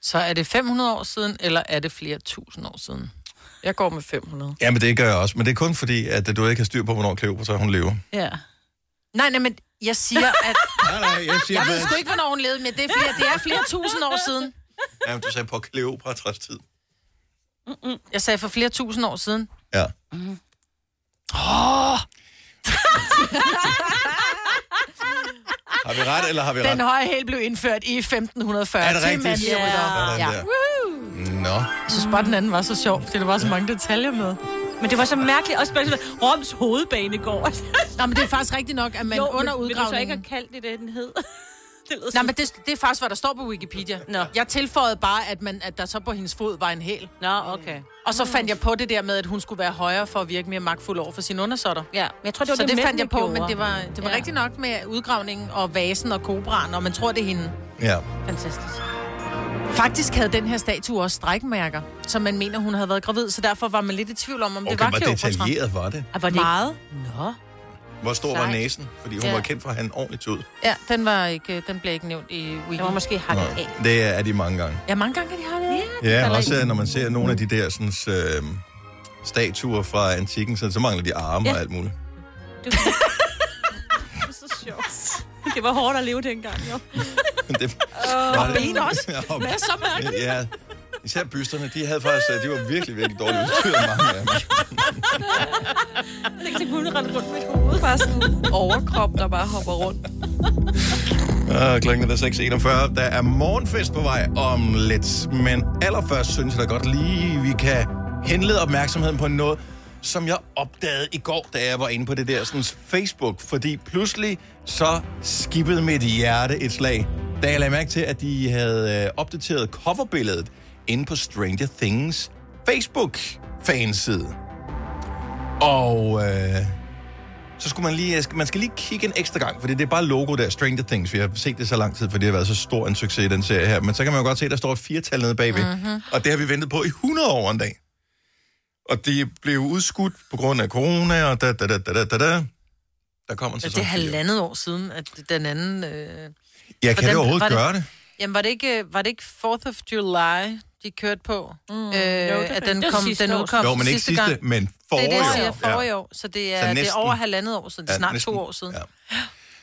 [SPEAKER 3] Så er det 500 år siden, eller er det flere tusind år siden?
[SPEAKER 4] Jeg går med 500.
[SPEAKER 1] Ja, men det gør jeg også. Men det er kun fordi, at øh, du ikke har styr på, hvornår Kleopatra hun lever.
[SPEAKER 2] Ja.
[SPEAKER 3] Nej, nej, men jeg siger, at...
[SPEAKER 1] Nej, nej, jeg siger,
[SPEAKER 3] Jeg ved sgu ikke, hvornår hun levede, men det er, flere, det er flere tusind år siden.
[SPEAKER 1] Jamen, du sagde på Kleopatras tid.
[SPEAKER 3] Jeg sagde for flere tusind år siden.
[SPEAKER 1] Ja. Har vi ret, eller har vi ret?
[SPEAKER 3] Den høje hæl blev indført i 1540.
[SPEAKER 1] Er det
[SPEAKER 3] til
[SPEAKER 1] rigtigt?
[SPEAKER 3] mandlige ryttere.
[SPEAKER 1] Sådan
[SPEAKER 2] ja.
[SPEAKER 1] der. Nå.
[SPEAKER 3] Jeg synes bare, den anden var så sjov, fordi der var så mange detaljer med.
[SPEAKER 2] Men det var så mærkeligt. Også bare sådan, Roms hovedbanegård.
[SPEAKER 3] Nå, men det er faktisk rigtigt nok, at man jo, under
[SPEAKER 2] vil, vil du så ikke
[SPEAKER 3] udgravningen...
[SPEAKER 2] have kaldt det, det den hed? det lyder
[SPEAKER 3] Nej,
[SPEAKER 2] sådan.
[SPEAKER 3] men det, det er faktisk, hvad der står på Wikipedia.
[SPEAKER 2] Nå.
[SPEAKER 3] Jeg tilføjede bare, at, man, at der så på hendes fod var en hæl.
[SPEAKER 2] Nå, okay.
[SPEAKER 3] Og så fandt jeg på det der med, at hun skulle være højere for at virke mere magtfuld over for sine undersåtter.
[SPEAKER 2] Ja, men jeg tror, det var
[SPEAKER 3] Så det,
[SPEAKER 2] det
[SPEAKER 3] det fandt jeg på,
[SPEAKER 2] gjorde.
[SPEAKER 3] men det var, det var ja.
[SPEAKER 2] Ja.
[SPEAKER 3] rigtigt nok med udgravningen og vasen og kobraen, og man tror, det er hende.
[SPEAKER 1] Ja.
[SPEAKER 2] Fantastisk.
[SPEAKER 3] Faktisk havde den her statue også strækmærker, som man mener, hun havde været gravid, så derfor var man lidt i tvivl om, om det
[SPEAKER 1] Okay,
[SPEAKER 3] var
[SPEAKER 1] hvor
[SPEAKER 3] Kleopatra.
[SPEAKER 1] detaljeret var det?
[SPEAKER 2] Og var det
[SPEAKER 3] Meget.
[SPEAKER 2] Nå.
[SPEAKER 1] Hvor stor var
[SPEAKER 2] Sejt.
[SPEAKER 1] næsen? Fordi hun
[SPEAKER 2] Ja.
[SPEAKER 1] var kendt for at have en ordentlig tud.
[SPEAKER 3] Ja, den, var ikke, den blev ikke nævnt i
[SPEAKER 2] Det var
[SPEAKER 3] weekend.
[SPEAKER 2] måske hakket af.
[SPEAKER 1] Det er de mange gange.
[SPEAKER 3] Ja, mange gange kan de have det. Ja.
[SPEAKER 1] Ja, også øh, når man ser nogle af de der sådan, øh, statuer fra antikken, så, så mangler de arme ja. og alt muligt.
[SPEAKER 2] Det var så sjovt. Det var hårdt at leve dengang, jo.
[SPEAKER 1] Det, og
[SPEAKER 3] ben også.
[SPEAKER 1] Ja, og,
[SPEAKER 3] Hvad så mærkeligt?
[SPEAKER 1] ja, især bysterne, de havde faktisk, øh, de var virkelig, virkelig dårligt udstyret, mange af dem.
[SPEAKER 2] Jeg tænkte, hun rendte rundt med et hoved.
[SPEAKER 4] Bare sådan en overkrop, der bare hopper rundt.
[SPEAKER 1] Og klokken er 6.41. Der er morgenfest på vej om lidt. Men allerførst synes jeg da godt lige, vi kan henlede opmærksomheden på noget, som jeg opdagede i går, da jeg var inde på det der sådan, Facebook. Fordi pludselig så skippede mit hjerte et slag, da jeg lagde mærke til, at de havde øh, opdateret coverbilledet inde på Stranger Things Facebook-fanside. Og øh, så skulle man lige, man skal lige kigge en ekstra gang, for det er bare logo der, Stranger Things. Vi har set det så lang tid, for det har været så stor en succes i den serie her. Men så kan man jo godt se, at der står et firtal nede bagved. Mm-hmm. Og det har vi ventet på i 100 år en dag. Og det blev udskudt på grund af corona, og da, da, da, da, da, da, da. Der
[SPEAKER 3] Altså,
[SPEAKER 1] kommer en
[SPEAKER 3] Det
[SPEAKER 1] sæson
[SPEAKER 3] er
[SPEAKER 1] fire.
[SPEAKER 3] halvandet år siden, at den anden... Øh...
[SPEAKER 1] Ja, kan det
[SPEAKER 3] Hvordan-
[SPEAKER 1] overhovedet
[SPEAKER 3] var det-
[SPEAKER 1] gøre det?
[SPEAKER 3] Jamen, var det ikke, øh, var det ikke 4th of July, de kørte på? Mm. Øh, jo,
[SPEAKER 2] det
[SPEAKER 3] at den,
[SPEAKER 2] var
[SPEAKER 3] kom,
[SPEAKER 2] sidste
[SPEAKER 3] den
[SPEAKER 2] år.
[SPEAKER 3] udkom
[SPEAKER 1] Jo, men ikke sidste,
[SPEAKER 3] gang.
[SPEAKER 1] men
[SPEAKER 3] Det
[SPEAKER 1] forrige
[SPEAKER 3] er det, jeg
[SPEAKER 1] år.
[SPEAKER 3] siger,
[SPEAKER 1] Ja.
[SPEAKER 3] forrige år. Så det
[SPEAKER 1] Så
[SPEAKER 3] er, det er
[SPEAKER 1] næsten.
[SPEAKER 3] over halvandet år siden. Det er
[SPEAKER 1] Ja,
[SPEAKER 3] snart
[SPEAKER 1] næsten.
[SPEAKER 3] to år siden.
[SPEAKER 1] Ja.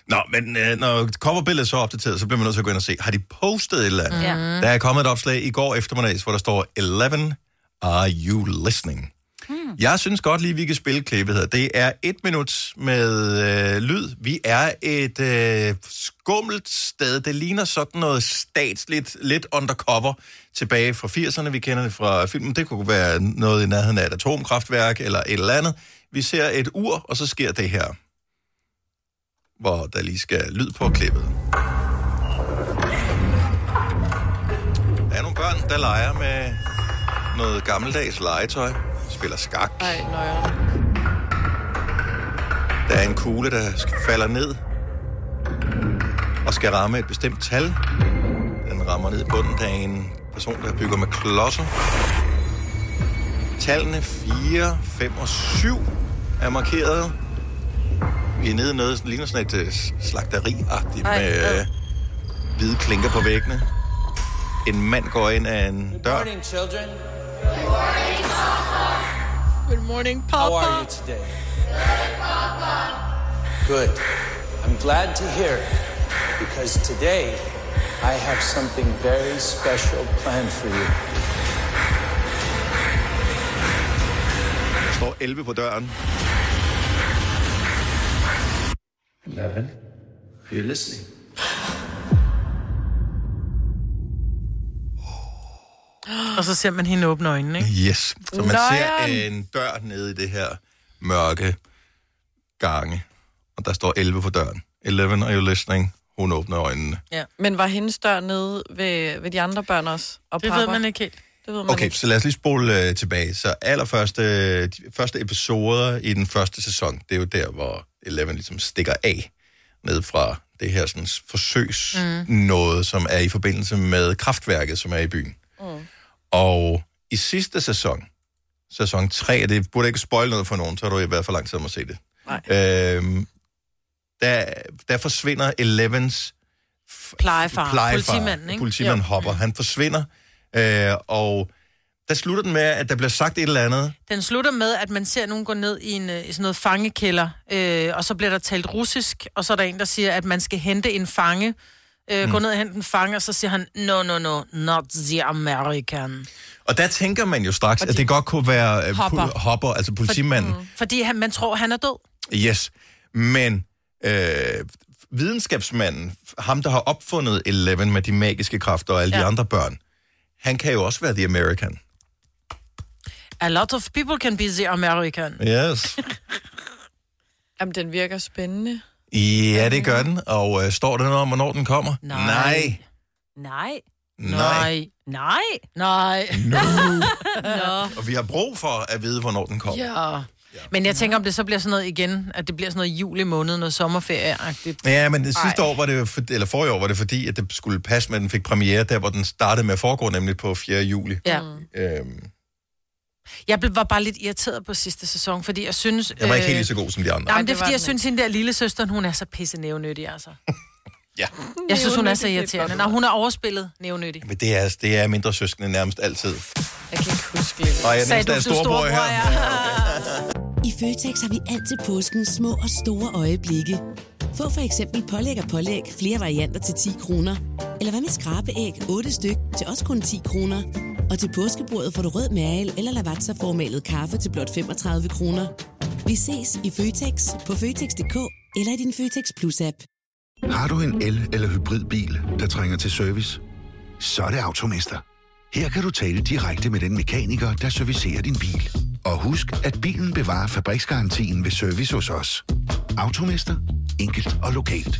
[SPEAKER 1] Nå, men øh, når coverbilledet så er opdateret, så bliver man nødt til at gå ind og se, har de postet et eller andet?
[SPEAKER 2] Ja.
[SPEAKER 1] Der er kommet et opslag i går eftermiddags, hvor der står 11, are you listening? Hmm. Jeg synes godt lige, vi kan spille klippet her. Det er et minut med øh, lyd. Vi er et øh, skummelt sted. Det ligner sådan noget statsligt, lidt undercover tilbage fra 80'erne. Vi kender det fra filmen. Det kunne være noget i nærheden af et atomkraftværk eller et eller andet. Vi ser et ur, og så sker det her. Hvor der lige skal lyd på klippet. Der er nogle børn, der leger med noget gammeldags legetøj. Spiller skak.
[SPEAKER 4] Nej, nøjere.
[SPEAKER 1] Der er en kugle, der sk- falder ned og skal ramme et bestemt tal. Den rammer ned i bunden. Der er en person, der bygger med klodser. Tallene 4, 5 og 7 er markeret. Vi er nede i noget, der ligner sådan et øh, s- slagteri-agtigt
[SPEAKER 4] Ej,
[SPEAKER 1] med øh, hvide klinker på væggene. En mand går ind af en dør.
[SPEAKER 7] morning, children.
[SPEAKER 3] Good morning,
[SPEAKER 7] How
[SPEAKER 3] Papa.
[SPEAKER 7] are you today? Good. I'm glad to hear it because today I have something very special planned for you.
[SPEAKER 1] Der står 11 på døren.
[SPEAKER 7] Eleven, if you're listening.
[SPEAKER 3] Og så ser man hende åbne øjnene, ikke?
[SPEAKER 1] Yes. Så man ser en dør nede i det her mørke gange, og der står 11 på døren. 11, are you listening? Hun åbner øjnene.
[SPEAKER 4] Men var hendes dør nede ved, ved de andre børn også? Og
[SPEAKER 3] Det ved man ikke helt.
[SPEAKER 4] Det ved man
[SPEAKER 1] Okay,
[SPEAKER 4] ikke.
[SPEAKER 1] så lad os lige spole øh, tilbage. Så allerførste øh, de første episoder i den første sæson, det er jo der, hvor 11 ligesom stikker af ned fra det her sådan, forsøgs mm. noget, som er i forbindelse med kraftværket, som er i byen. Mm. Og i sidste sæson, sæson 3, og det burde ikke spoil noget for nogen, så har du i hvert fald lang tid om at se det.
[SPEAKER 4] Nej.
[SPEAKER 1] Øhm, der, der forsvinder Elevens
[SPEAKER 3] Plejefar.
[SPEAKER 1] plejefar,
[SPEAKER 3] Politimanden, ikke?
[SPEAKER 1] politimanden Hopper. Han forsvinder, øh, og der slutter den med, at der bliver sagt et eller andet,
[SPEAKER 3] Den slutter med, at man ser nogen gå ned i, en, øh, i sådan noget fangekælder, øh, og så bliver der talt russisk, og så er der en, der siger, at man skal hente en fange, øh, mm. gå ned og hente en fange, og så siger han, no, no, no, not the American.
[SPEAKER 1] og der tænker man jo straks, at det godt kunne være øh,
[SPEAKER 3] Hopper. Mm.
[SPEAKER 1] pu- Hopper, altså politimanden. For,
[SPEAKER 3] Fordi han, man tror, han er død.
[SPEAKER 1] Yes, men øh, videnskabsmanden, ham der har opfundet Eleven med de magiske kræfter og alle ja. de andre børn, han kan jo også være The American.
[SPEAKER 3] A lot of people can be the American.
[SPEAKER 1] Yes.
[SPEAKER 4] Jamen, den virker spændende.
[SPEAKER 1] Ja, det gør den. Og øh, står der noget om, hvornår den kommer?
[SPEAKER 3] Nej.
[SPEAKER 1] Nej.
[SPEAKER 2] Nej.
[SPEAKER 1] Nej. Mm.
[SPEAKER 2] Nej.
[SPEAKER 3] Nej.
[SPEAKER 1] Og vi har brug for at vide, hvornår den kommer. Ja,
[SPEAKER 3] Ja. Men jeg tænker, om det så bliver sådan noget igen, at det bliver sådan noget juli måned, noget sommerferie-agtigt.
[SPEAKER 1] ja men det sidste år var det, jo for, eller forrige år var det fordi, at det skulle passe med, at den fik premiere der, hvor den startede med at foregå, nemlig på 4. juli.
[SPEAKER 3] Ja.
[SPEAKER 1] Øhm,
[SPEAKER 3] Jeg blev, var bare lidt irriteret på sidste sæson, fordi jeg synes...
[SPEAKER 1] jeg var ikke
[SPEAKER 3] øh,
[SPEAKER 1] helt lige så god som de andre.
[SPEAKER 3] Nej, men
[SPEAKER 4] det
[SPEAKER 3] det er
[SPEAKER 4] var
[SPEAKER 3] fordi, jeg
[SPEAKER 4] den
[SPEAKER 3] synes, hende der lille søster, hun er så pisse nævnyttig, altså.
[SPEAKER 1] Ja.
[SPEAKER 3] Jeg synes, hun er så
[SPEAKER 4] Nævnyttig, det er
[SPEAKER 3] irriterende.
[SPEAKER 4] godt
[SPEAKER 3] Når hun er overspillet nævnyttig.
[SPEAKER 1] Men det er, altså- det er mindre søskende nærmest altid.
[SPEAKER 4] Jeg kan ikke huske lidt.
[SPEAKER 1] Og jeg
[SPEAKER 3] Sagde
[SPEAKER 1] næste
[SPEAKER 3] du,
[SPEAKER 1] er
[SPEAKER 3] du
[SPEAKER 1] storbror her.
[SPEAKER 3] storebror er?
[SPEAKER 8] I Føtex har vi altid påsken små og store øjeblikke. Få for eksempel pålæg og pålæg flere varianter til 10 kroner. Eller hvad med skrabeæg 8 styk til også kun 10 kroner. Og til påskebordet får du rød mal eller lavatserformalet kaffe til blot 35 kroner. Vi ses i Føtex på Føtex.dk eller i din Føtex Plus-app.
[SPEAKER 9] Har du en el- eller hybridbil, der trænger til service? Så er det Automester. Her kan du tale direkte med den mekaniker, der servicerer din bil. Og husk, at bilen bevarer fabriksgarantien ved service hos os. Automester. Enkelt og lokalt.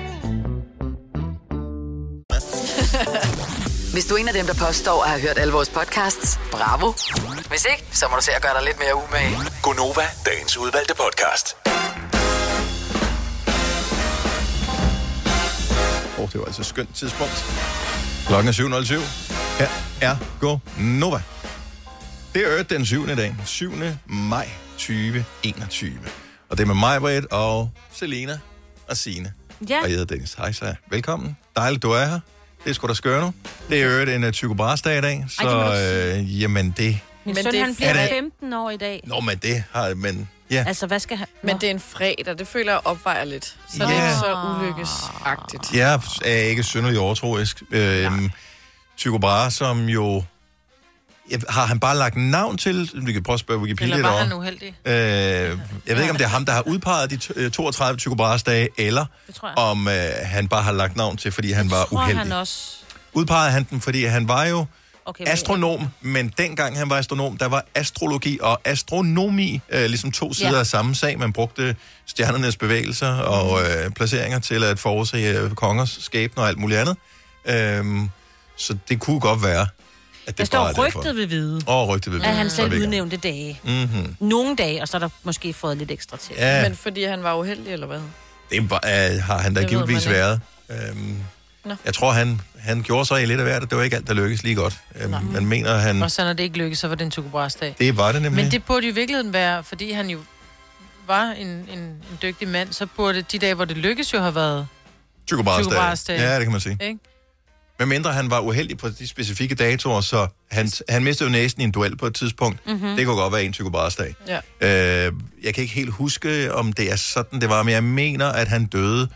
[SPEAKER 5] Hvis du er en af dem, der påstår at have hørt alle vores podcasts, bravo. Hvis ikke, så må du se at gøre dig lidt mere umage.
[SPEAKER 6] Gonova, dagens udvalgte podcast.
[SPEAKER 1] Åh, oh, det var altså et skønt tidspunkt. Klokken er 7.07. Her er Go Nova. Det er øvrigt den 7. dag. 7. maj 2021. Og det er med mig, Britt, og Selena og Sine.
[SPEAKER 2] Ja.
[SPEAKER 1] Og jeg hedder Dennis. Hej så. Velkommen. Dejligt, du er her. Det er sgu da skøre nu. Det er øvrigt en uh, Tycho Brahes dag i dag. Så,
[SPEAKER 2] Ej, det må du
[SPEAKER 1] øh, jamen det...
[SPEAKER 2] Min
[SPEAKER 4] Men
[SPEAKER 2] søn,
[SPEAKER 4] det er
[SPEAKER 2] han bliver
[SPEAKER 1] fredag.
[SPEAKER 2] 15 år i dag.
[SPEAKER 1] Nå, men det har... Men ja,
[SPEAKER 2] Altså, hvad skal han...
[SPEAKER 4] Men det er en fredag, det føler jeg opvejer lidt. Så yeah. det er
[SPEAKER 1] Ja.
[SPEAKER 4] ikke så ulykkesagtigt.
[SPEAKER 1] jeg er ikke synderlig overtroisk. Øhm, Tycho Brahe, som jo... Ja, Har han bare lagt navn til? Vi kan prøve at spørge Wikipedia
[SPEAKER 3] Eller var
[SPEAKER 1] derovre.
[SPEAKER 3] han uheldig?
[SPEAKER 1] Øh, jeg ved ikke, om det er ham, der har udpeget de t- øh, 32 Tycho Brahes dage, eller
[SPEAKER 2] Det tror jeg.
[SPEAKER 1] om øh, han bare har lagt navn til, fordi han var
[SPEAKER 2] tror
[SPEAKER 1] uheldig.
[SPEAKER 2] han også...
[SPEAKER 1] Udpegede han den, fordi han var jo
[SPEAKER 2] Okay, men-
[SPEAKER 1] astronom, men dengang han var astronom, der var astrologi og astronomi øh, ligesom to sider ja.
[SPEAKER 2] Ja.
[SPEAKER 1] af samme sag. Man brugte stjernernes bevægelser
[SPEAKER 2] Mm.
[SPEAKER 1] og øh, placeringer til at forudse øh, kongers skæbne og alt muligt andet. Øhm, så det kunne godt være, at det
[SPEAKER 2] Der
[SPEAKER 1] bare er
[SPEAKER 2] står
[SPEAKER 1] derfor.
[SPEAKER 2] rygtet ved vide,
[SPEAKER 1] Åh, rygtet ved
[SPEAKER 2] at han
[SPEAKER 1] Så er
[SPEAKER 2] selv
[SPEAKER 1] det ikke-
[SPEAKER 2] udnævnte dage. Mm-hmm. Nogle dage, og så er der måske fået lidt ekstra til.
[SPEAKER 1] Ja,
[SPEAKER 4] Men fordi han var uheldig, eller hvad?
[SPEAKER 1] Det var, øh, har han da
[SPEAKER 4] Det ved
[SPEAKER 1] givetvis
[SPEAKER 4] man ikke.
[SPEAKER 1] været. Øhm, jeg tror, han, han gjorde sig i lidt af hvert, og det var ikke alt, der lykkedes lige godt. Øhm, man mener, han...
[SPEAKER 3] Og så når det ikke lykkes, så var det en tukobrasdag.
[SPEAKER 1] Det var det nemlig.
[SPEAKER 3] Men det burde jo i virkeligheden være, fordi han jo var en, en, en dygtig mand, så burde de dage, hvor det lykkes, jo have været...
[SPEAKER 1] Tycho Brahes
[SPEAKER 3] Tycho Brahes
[SPEAKER 1] dag.
[SPEAKER 3] dag.
[SPEAKER 1] Ja, det kan man sige.
[SPEAKER 3] Ikke?
[SPEAKER 1] Men mindre han var uheldig på de specifikke datoer, så han, han mistede jo næsen i en duel på et tidspunkt. Mm-hmm. Det kunne godt være en Tycho Brahes dag.
[SPEAKER 4] Ja.
[SPEAKER 1] Øh, jeg kan ikke helt huske, om det er sådan, det var, men jeg mener, at han døde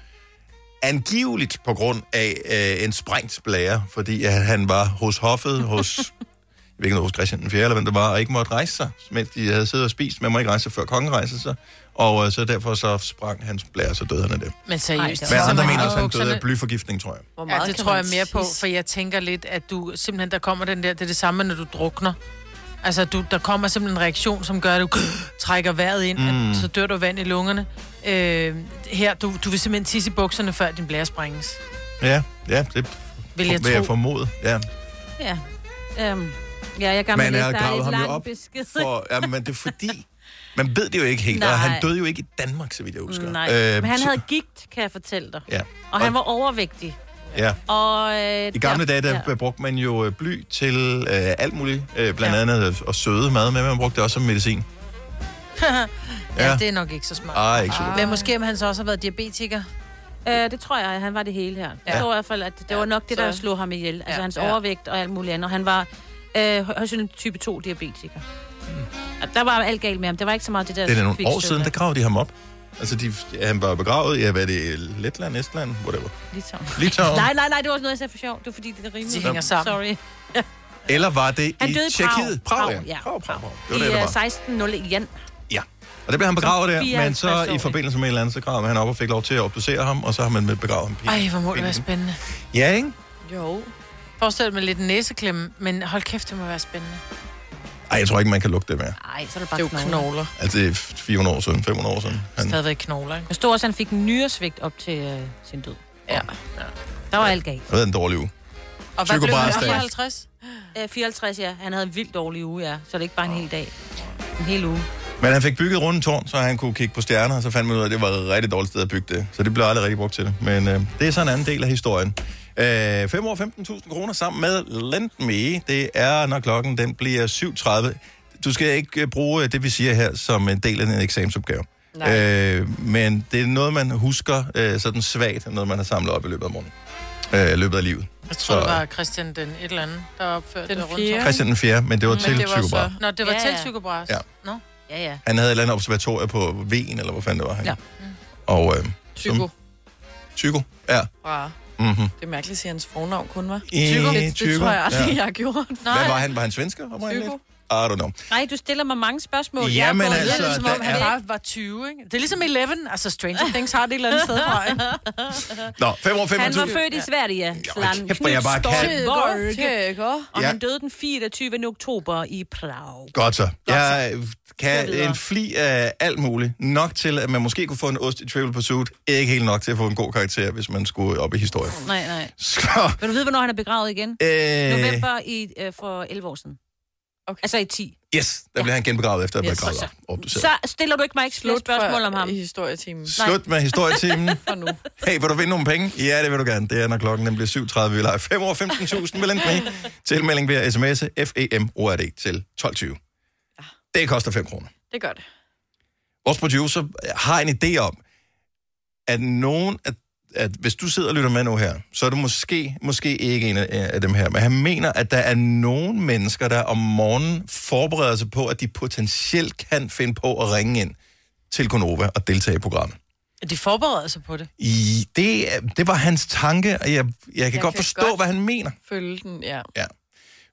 [SPEAKER 1] angiveligt på grund af øh, en sprængt blære, fordi at han var hos hoffet, hos, jeg ved ikke, om det var hos Christian den 4. eller hvem det var, og ikke måtte rejse sig, mens de havde siddet og spist. Man må ikke rejse sig, før kongen rejser sig. Og øh, så derfor så sprang hans blære, så døde han af det.
[SPEAKER 3] Men seriøst.
[SPEAKER 2] Ej, det
[SPEAKER 3] Ej,
[SPEAKER 1] Men
[SPEAKER 2] er så
[SPEAKER 1] andre
[SPEAKER 2] meget
[SPEAKER 1] mener, at han døde af blyforgiftning, tror jeg.
[SPEAKER 4] Hvor
[SPEAKER 3] Ja, det
[SPEAKER 4] kan
[SPEAKER 3] tror
[SPEAKER 4] man
[SPEAKER 3] jeg mere på,
[SPEAKER 4] tisse?
[SPEAKER 3] for jeg tænker lidt, at du simpelthen, der kommer den der, det er det samme, når du drukner. Altså, du, der kommer simpelthen en reaktion, som gør, at du trækker vejret ind, mm.
[SPEAKER 1] Mm.
[SPEAKER 3] at, så dør du af vand i lungerne. Øh, her, du, du vil simpelthen tisse i bukserne, før din blære sprænges.
[SPEAKER 1] Ja, ja, det
[SPEAKER 3] Vil jeg
[SPEAKER 1] vil jeg
[SPEAKER 3] tro.
[SPEAKER 1] formode. Ja.
[SPEAKER 2] Ja. Øhm, ja, jeg gammel
[SPEAKER 1] Man
[SPEAKER 2] lidt,
[SPEAKER 1] er
[SPEAKER 2] der
[SPEAKER 1] gravet
[SPEAKER 2] et
[SPEAKER 1] ham jo
[SPEAKER 2] langt
[SPEAKER 1] op
[SPEAKER 2] besked.
[SPEAKER 1] For, ja, men det er fordi, man ved det jo ikke helt, Nej.
[SPEAKER 2] Nej.
[SPEAKER 1] og han døde jo ikke i Danmark, så vidt jeg husker.
[SPEAKER 2] Nej, øh, men han
[SPEAKER 1] så-
[SPEAKER 2] havde gigt, kan jeg fortælle dig.
[SPEAKER 1] Ja.
[SPEAKER 2] Og han var overvægtig.
[SPEAKER 1] Ja.
[SPEAKER 2] Og, øh,
[SPEAKER 1] I gamle dage, der
[SPEAKER 2] ja.
[SPEAKER 1] ja. brugte man jo øh, bly til øh, alt muligt, øh, blandt ja. andet øh, og søde mad, men man brugte det også som medicin.
[SPEAKER 3] ja, ja,
[SPEAKER 1] Ja.
[SPEAKER 3] det er nok ikke så smart.
[SPEAKER 1] Ej, ikke så godt.
[SPEAKER 3] Men måske om han så også har været diabetiker.
[SPEAKER 2] Øh, det tror jeg, han var det hele her. Ja.
[SPEAKER 3] Ja.
[SPEAKER 2] Jeg tror i hvert fald, at det ja, var nok det, der
[SPEAKER 3] så-
[SPEAKER 2] slog ham ihjel. Altså
[SPEAKER 3] Ja,
[SPEAKER 2] hans
[SPEAKER 3] ja.
[SPEAKER 2] overvægt og alt muligt andet. Og han var øh, højst sandsynligt type 2 diabetiker. Mm. Der var alt galt med ham. Det var ikke så meget det der...
[SPEAKER 1] Det er da nogle år
[SPEAKER 2] kvikstøv
[SPEAKER 1] siden,
[SPEAKER 2] der.
[SPEAKER 1] der gravede de ham op. Altså, de, han var begravet i, ja, hvad er det, Letland, Estland, whatever.
[SPEAKER 2] Litauen.
[SPEAKER 1] Litauen.
[SPEAKER 2] nej, nej, nej, det var også noget, jeg sagde for sjov. Det var fordi, det er rimeligt.
[SPEAKER 1] De hænger
[SPEAKER 2] sammen. Sorry.
[SPEAKER 1] Eller var det
[SPEAKER 2] Han
[SPEAKER 1] i
[SPEAKER 2] døde i
[SPEAKER 1] Tjekkiet?
[SPEAKER 2] Prag.
[SPEAKER 1] Prag, ja.
[SPEAKER 2] Prag, Prag.
[SPEAKER 1] Det var det, der var.
[SPEAKER 2] I øh, 16.01. igen.
[SPEAKER 1] Ja. Og der blev han begravet
[SPEAKER 2] Som
[SPEAKER 1] der, men så
[SPEAKER 2] 54-årig.
[SPEAKER 1] i forbindelse med et eller andet, så gravede han op og fik lov til at obducere ham, og så har man med begravet ham.
[SPEAKER 3] Ej, hvor må det være spændende.
[SPEAKER 1] Ja, ikke?
[SPEAKER 3] Jo. Forestil dig med lidt næseklemme, men hold kæft, det må være spændende.
[SPEAKER 1] Ej, jeg tror ikke, man kan lugte det mere.
[SPEAKER 2] Nej, så er det bare
[SPEAKER 3] det er jo knogler.
[SPEAKER 1] Altså, det er 400 år siden, 500 år siden. Han,
[SPEAKER 3] Stadigvæk knogler, ikke?
[SPEAKER 2] Jeg stod også, han fik nyresvigt op til øh, sin død. Ja. Der var alt galt.
[SPEAKER 1] det var en dårlig uge.
[SPEAKER 2] Og hvad blev han?
[SPEAKER 1] Psykopatstat.
[SPEAKER 2] 54? Øh, 54, ja. Han havde en vildt dårlig uge, ja. Så det er ikke bare en hel dag. En hel uge.
[SPEAKER 1] Men han fik bygget rundt tårn, så han kunne kigge på stjerner, og så fandt man ud af, at det var et rigtig dårligt sted at bygge det. Så det blev aldrig rigtig brugt til det. Men øh, det er så en anden del af historien. Øh, 5 år 15.000 kroner sammen med Lendme. Det er, når klokken den bliver 7.30. Du skal ikke øh, bruge øh, det, vi siger her, som en del af din eksamensopgave. Øh, men det er noget, man husker øh, sådan svagt, noget man har samlet op i løbet af morgenen. Øh, i løbet af livet.
[SPEAKER 3] Jeg tror, det var Christian den et eller andet, der opførte den det rundt. om.
[SPEAKER 1] Christian den 4., men det var
[SPEAKER 3] Men
[SPEAKER 1] til
[SPEAKER 3] det var
[SPEAKER 1] psykopat.
[SPEAKER 3] Nå, det var
[SPEAKER 2] Ja,
[SPEAKER 3] til
[SPEAKER 2] ja.
[SPEAKER 3] psykobras.
[SPEAKER 1] Ja.
[SPEAKER 3] Nå.
[SPEAKER 2] Ja, ja.
[SPEAKER 1] Han havde et eller andet observatorium på Ven, eller hvor fanden det var han.
[SPEAKER 4] Ja.
[SPEAKER 1] Og, øh,
[SPEAKER 4] Tygo.
[SPEAKER 1] Tygo, ja.
[SPEAKER 4] Fra.
[SPEAKER 1] Mm-hmm.
[SPEAKER 4] Det er mærkeligt at sige hans fornavn kun, var.
[SPEAKER 1] I-
[SPEAKER 4] Det, det
[SPEAKER 1] Tygo,
[SPEAKER 4] tror jeg aldrig,
[SPEAKER 1] ja.
[SPEAKER 4] jeg har gjort.
[SPEAKER 1] Hvad var han? Var han svensker? oprindeligt?
[SPEAKER 4] Tygo.
[SPEAKER 1] I don't know.
[SPEAKER 2] Nej, du stiller mig mange spørgsmål.
[SPEAKER 1] Jeg Jamen går- altså,
[SPEAKER 3] Det er som om,
[SPEAKER 1] der
[SPEAKER 3] han
[SPEAKER 1] er-
[SPEAKER 3] bare var 20, ikke? Det er ligesom Eleven, altså Stranger Things har det et eller andet sted fra, ikke?
[SPEAKER 1] Nå, 5 år 25.
[SPEAKER 2] Han var født i Sverige. Slan
[SPEAKER 1] kæft, hvor jeg bare kan.
[SPEAKER 2] Knut Og
[SPEAKER 1] Ja.
[SPEAKER 2] han døde den 24. oktober i Prag.
[SPEAKER 1] Godt så. Jeg øh,
[SPEAKER 2] Jeg
[SPEAKER 1] kan
[SPEAKER 2] videre.
[SPEAKER 1] en fli af alt muligt. Nok til, at man måske kunne få en ost i Trivial Pursuit. Ikke helt nok til at få en god karakter, hvis man skulle op i historien.
[SPEAKER 2] Nej, nej.
[SPEAKER 1] Så,
[SPEAKER 2] Vil du vide, hvornår han er begravet igen?
[SPEAKER 1] Øh.
[SPEAKER 2] November i, øh, for 11 år siden. Okay. Altså i 10.
[SPEAKER 1] yes, der blev han genbegravet efter at have
[SPEAKER 2] Yes.
[SPEAKER 1] begravet op. obduceret.
[SPEAKER 2] Så stiller du ikke mig ikke flere
[SPEAKER 4] Slut for
[SPEAKER 2] spørgsmål om ham.
[SPEAKER 4] historietimen.
[SPEAKER 1] Slut med historietimen. Hey, vil du vinde nogle penge? Ja, det vil du gerne. Det er, når klokken den bliver 7.30. Vi leger 5 år 15.000 med Lendme. Tilmelding via sms'e FEMORD til 12.20. Det koster 5 kroner.
[SPEAKER 4] Det gør det.
[SPEAKER 1] Vores producer har en idé om, at nogen, at, at hvis du sidder og lytter med nu her, så er du måske, måske ikke en af, af dem her, men han mener, at der er nogen mennesker, der om morgenen forbereder sig på, at de potentielt kan finde på at ringe ind til Konova og deltage i programmet.
[SPEAKER 3] De forbereder sig på det.
[SPEAKER 1] I, det, er- det var hans tanke, og jeg, jeg kan jeg godt
[SPEAKER 4] kan
[SPEAKER 1] kan forstå, godt. hvad han mener.
[SPEAKER 4] Følge den, ja.
[SPEAKER 1] Ja.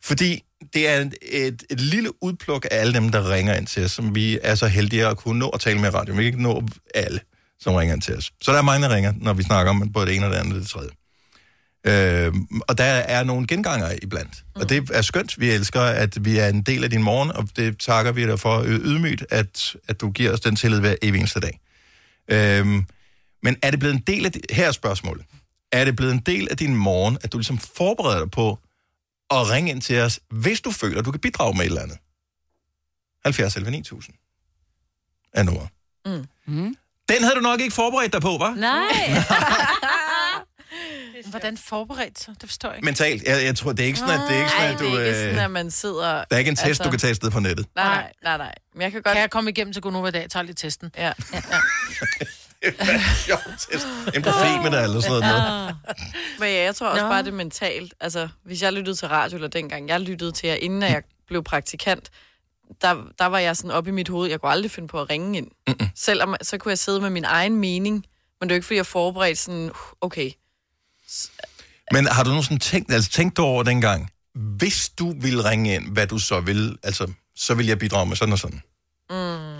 [SPEAKER 1] Fordi det er et, et, et lille udpluk af alle dem, der ringer ind til os, som vi er så heldige at kunne nå at tale med i radioen. Vi kan ikke nå alle, som ringer ind til os. Så der er mange, der ringer, når vi snakker om både det ene og det andet og det tredje. Øh, og der er nogle genganger iblandt. Mm. Og det er skønt. Vi elsker, at vi er en del af din morgen, og det takker vi dig for øh, ydmygt, at, at du giver os den tillid hver evig eneste dag. Øh, men er det blevet en del af... di- Her er spørgsmålet. Er det blevet en del af din morgen, at du ligesom forbereder dig på, og ring ind til os, hvis du føler, du kan bidrage med et eller andet. 70 11 9000 er nummer.
[SPEAKER 4] Mm.
[SPEAKER 1] Mm. Den havde du nok ikke forberedt dig på, var?
[SPEAKER 2] Nej.
[SPEAKER 3] Hvordan forberedt sig? Det forstår jeg ikke.
[SPEAKER 1] Mentalt. Jeg, jeg tror, det er ikke sådan, at, det er ikke sådan, at du...
[SPEAKER 4] det er ikke
[SPEAKER 1] Øh,
[SPEAKER 4] sådan, at man sidder...
[SPEAKER 1] der er ikke en test, altså... du kan tage et sted på nettet.
[SPEAKER 4] Nej, nej, nej, nej. Men jeg kan godt...
[SPEAKER 3] Kan jeg komme igennem til Gunova i dag? Jeg tager lige testen.
[SPEAKER 4] Ja.
[SPEAKER 3] ja.
[SPEAKER 1] Jo, test. En profil med dig, eller sådan noget. med.
[SPEAKER 4] Men ja, jeg tror også
[SPEAKER 3] Nå.
[SPEAKER 4] Nå. bare, det er mentalt. Altså, hvis jeg lyttede til radio, eller dengang jeg lyttede til jer, inden at jeg blev praktikant, der, der var jeg sådan oppe i mit hoved, jeg kunne aldrig finde på at ringe ind. Mm-mm. Selvom, så kunne jeg sidde med min egen mening, men det er jo ikke, fordi jeg forberedte sådan, "Uh, okay,
[SPEAKER 1] Men har du nogensinde tænkt, altså, tænkt du over dengang, hvis du ville ringe ind, hvad du så ville, altså, så vil jeg bidrage med sådan og sådan.
[SPEAKER 4] mm.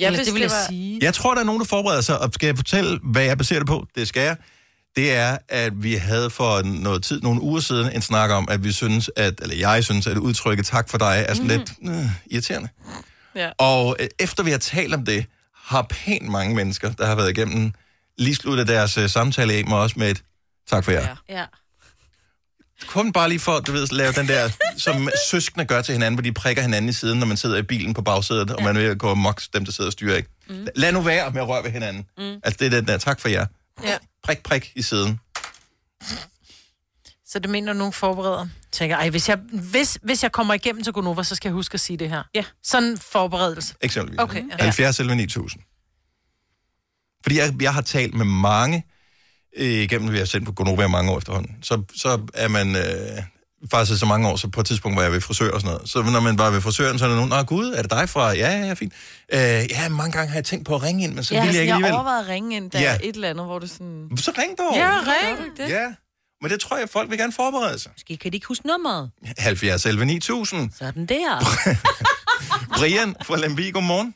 [SPEAKER 3] Eller det vil jeg sige.
[SPEAKER 1] Jeg tror, der er nogen, der forbereder sig, og skal jeg fortælle, hvad jeg baserer det på? Det skal jeg. det er, at vi havde for noget tid, nogle uger siden, en snak om, at vi synes, at, eller jeg synes, at udtrykket tak for dig er sådan mm-hmm. lidt øh, irriterende.
[SPEAKER 4] Ja.
[SPEAKER 1] Og øh, efter vi har talt om det, har pænt mange mennesker, der har været igennem, lige sluttet deres øh, samtale af med os med et tak for jer. Ja.
[SPEAKER 2] Ja.
[SPEAKER 1] Kun bare lige for, du ved, at lave den der, som søskende gør til hinanden, hvor de prikker hinanden i siden, når man sidder i bilen på bagsædet, ja. og man vil gå mok dem, der sidder og styrer, ikke? Mm. Lad nu være med at røre ved hinanden. Mm. Altså, det er den der, tak for jer.
[SPEAKER 3] Ja.
[SPEAKER 1] Prik, prik i siden.
[SPEAKER 3] Så det mener nogen forbereder. Tænker, ej, hvis jeg, hvis, hvis jeg kommer igennem til Gonova, så skal jeg huske at sige det her. Ja. Sådan en forberedelse.
[SPEAKER 1] Eksempelvis.
[SPEAKER 3] Okay, ja.
[SPEAKER 1] 70 eller 9000. Fordi jeg, jeg har talt med mange, øh, igennem vi har sendt på Gonova i mange år efterhånden, så, så er man øh, faktisk så mange år, så på et tidspunkt var jeg ved frisør og sådan noget. Så når man var ved frisøren, så er der nogen, Nå gud, er det dig fra? Ja, ja, ja, fint. Øh, ja, mange gange har jeg tænkt på at ringe ind, men så ja, ville jeg ikke
[SPEAKER 4] jeg
[SPEAKER 1] alligevel.
[SPEAKER 4] overvejede at ringe ind, der
[SPEAKER 1] Ja.
[SPEAKER 4] ja. et eller andet, hvor du sådan...
[SPEAKER 1] Så ring dog.
[SPEAKER 4] Ja, ring! Det.
[SPEAKER 1] Ja, men det tror jeg, folk vil gerne forberede sig.
[SPEAKER 2] Måske kan de ikke huske nummeret.
[SPEAKER 1] 70 11 9000.
[SPEAKER 2] Sådan der.
[SPEAKER 1] Brian fra Lemvig, godmorgen.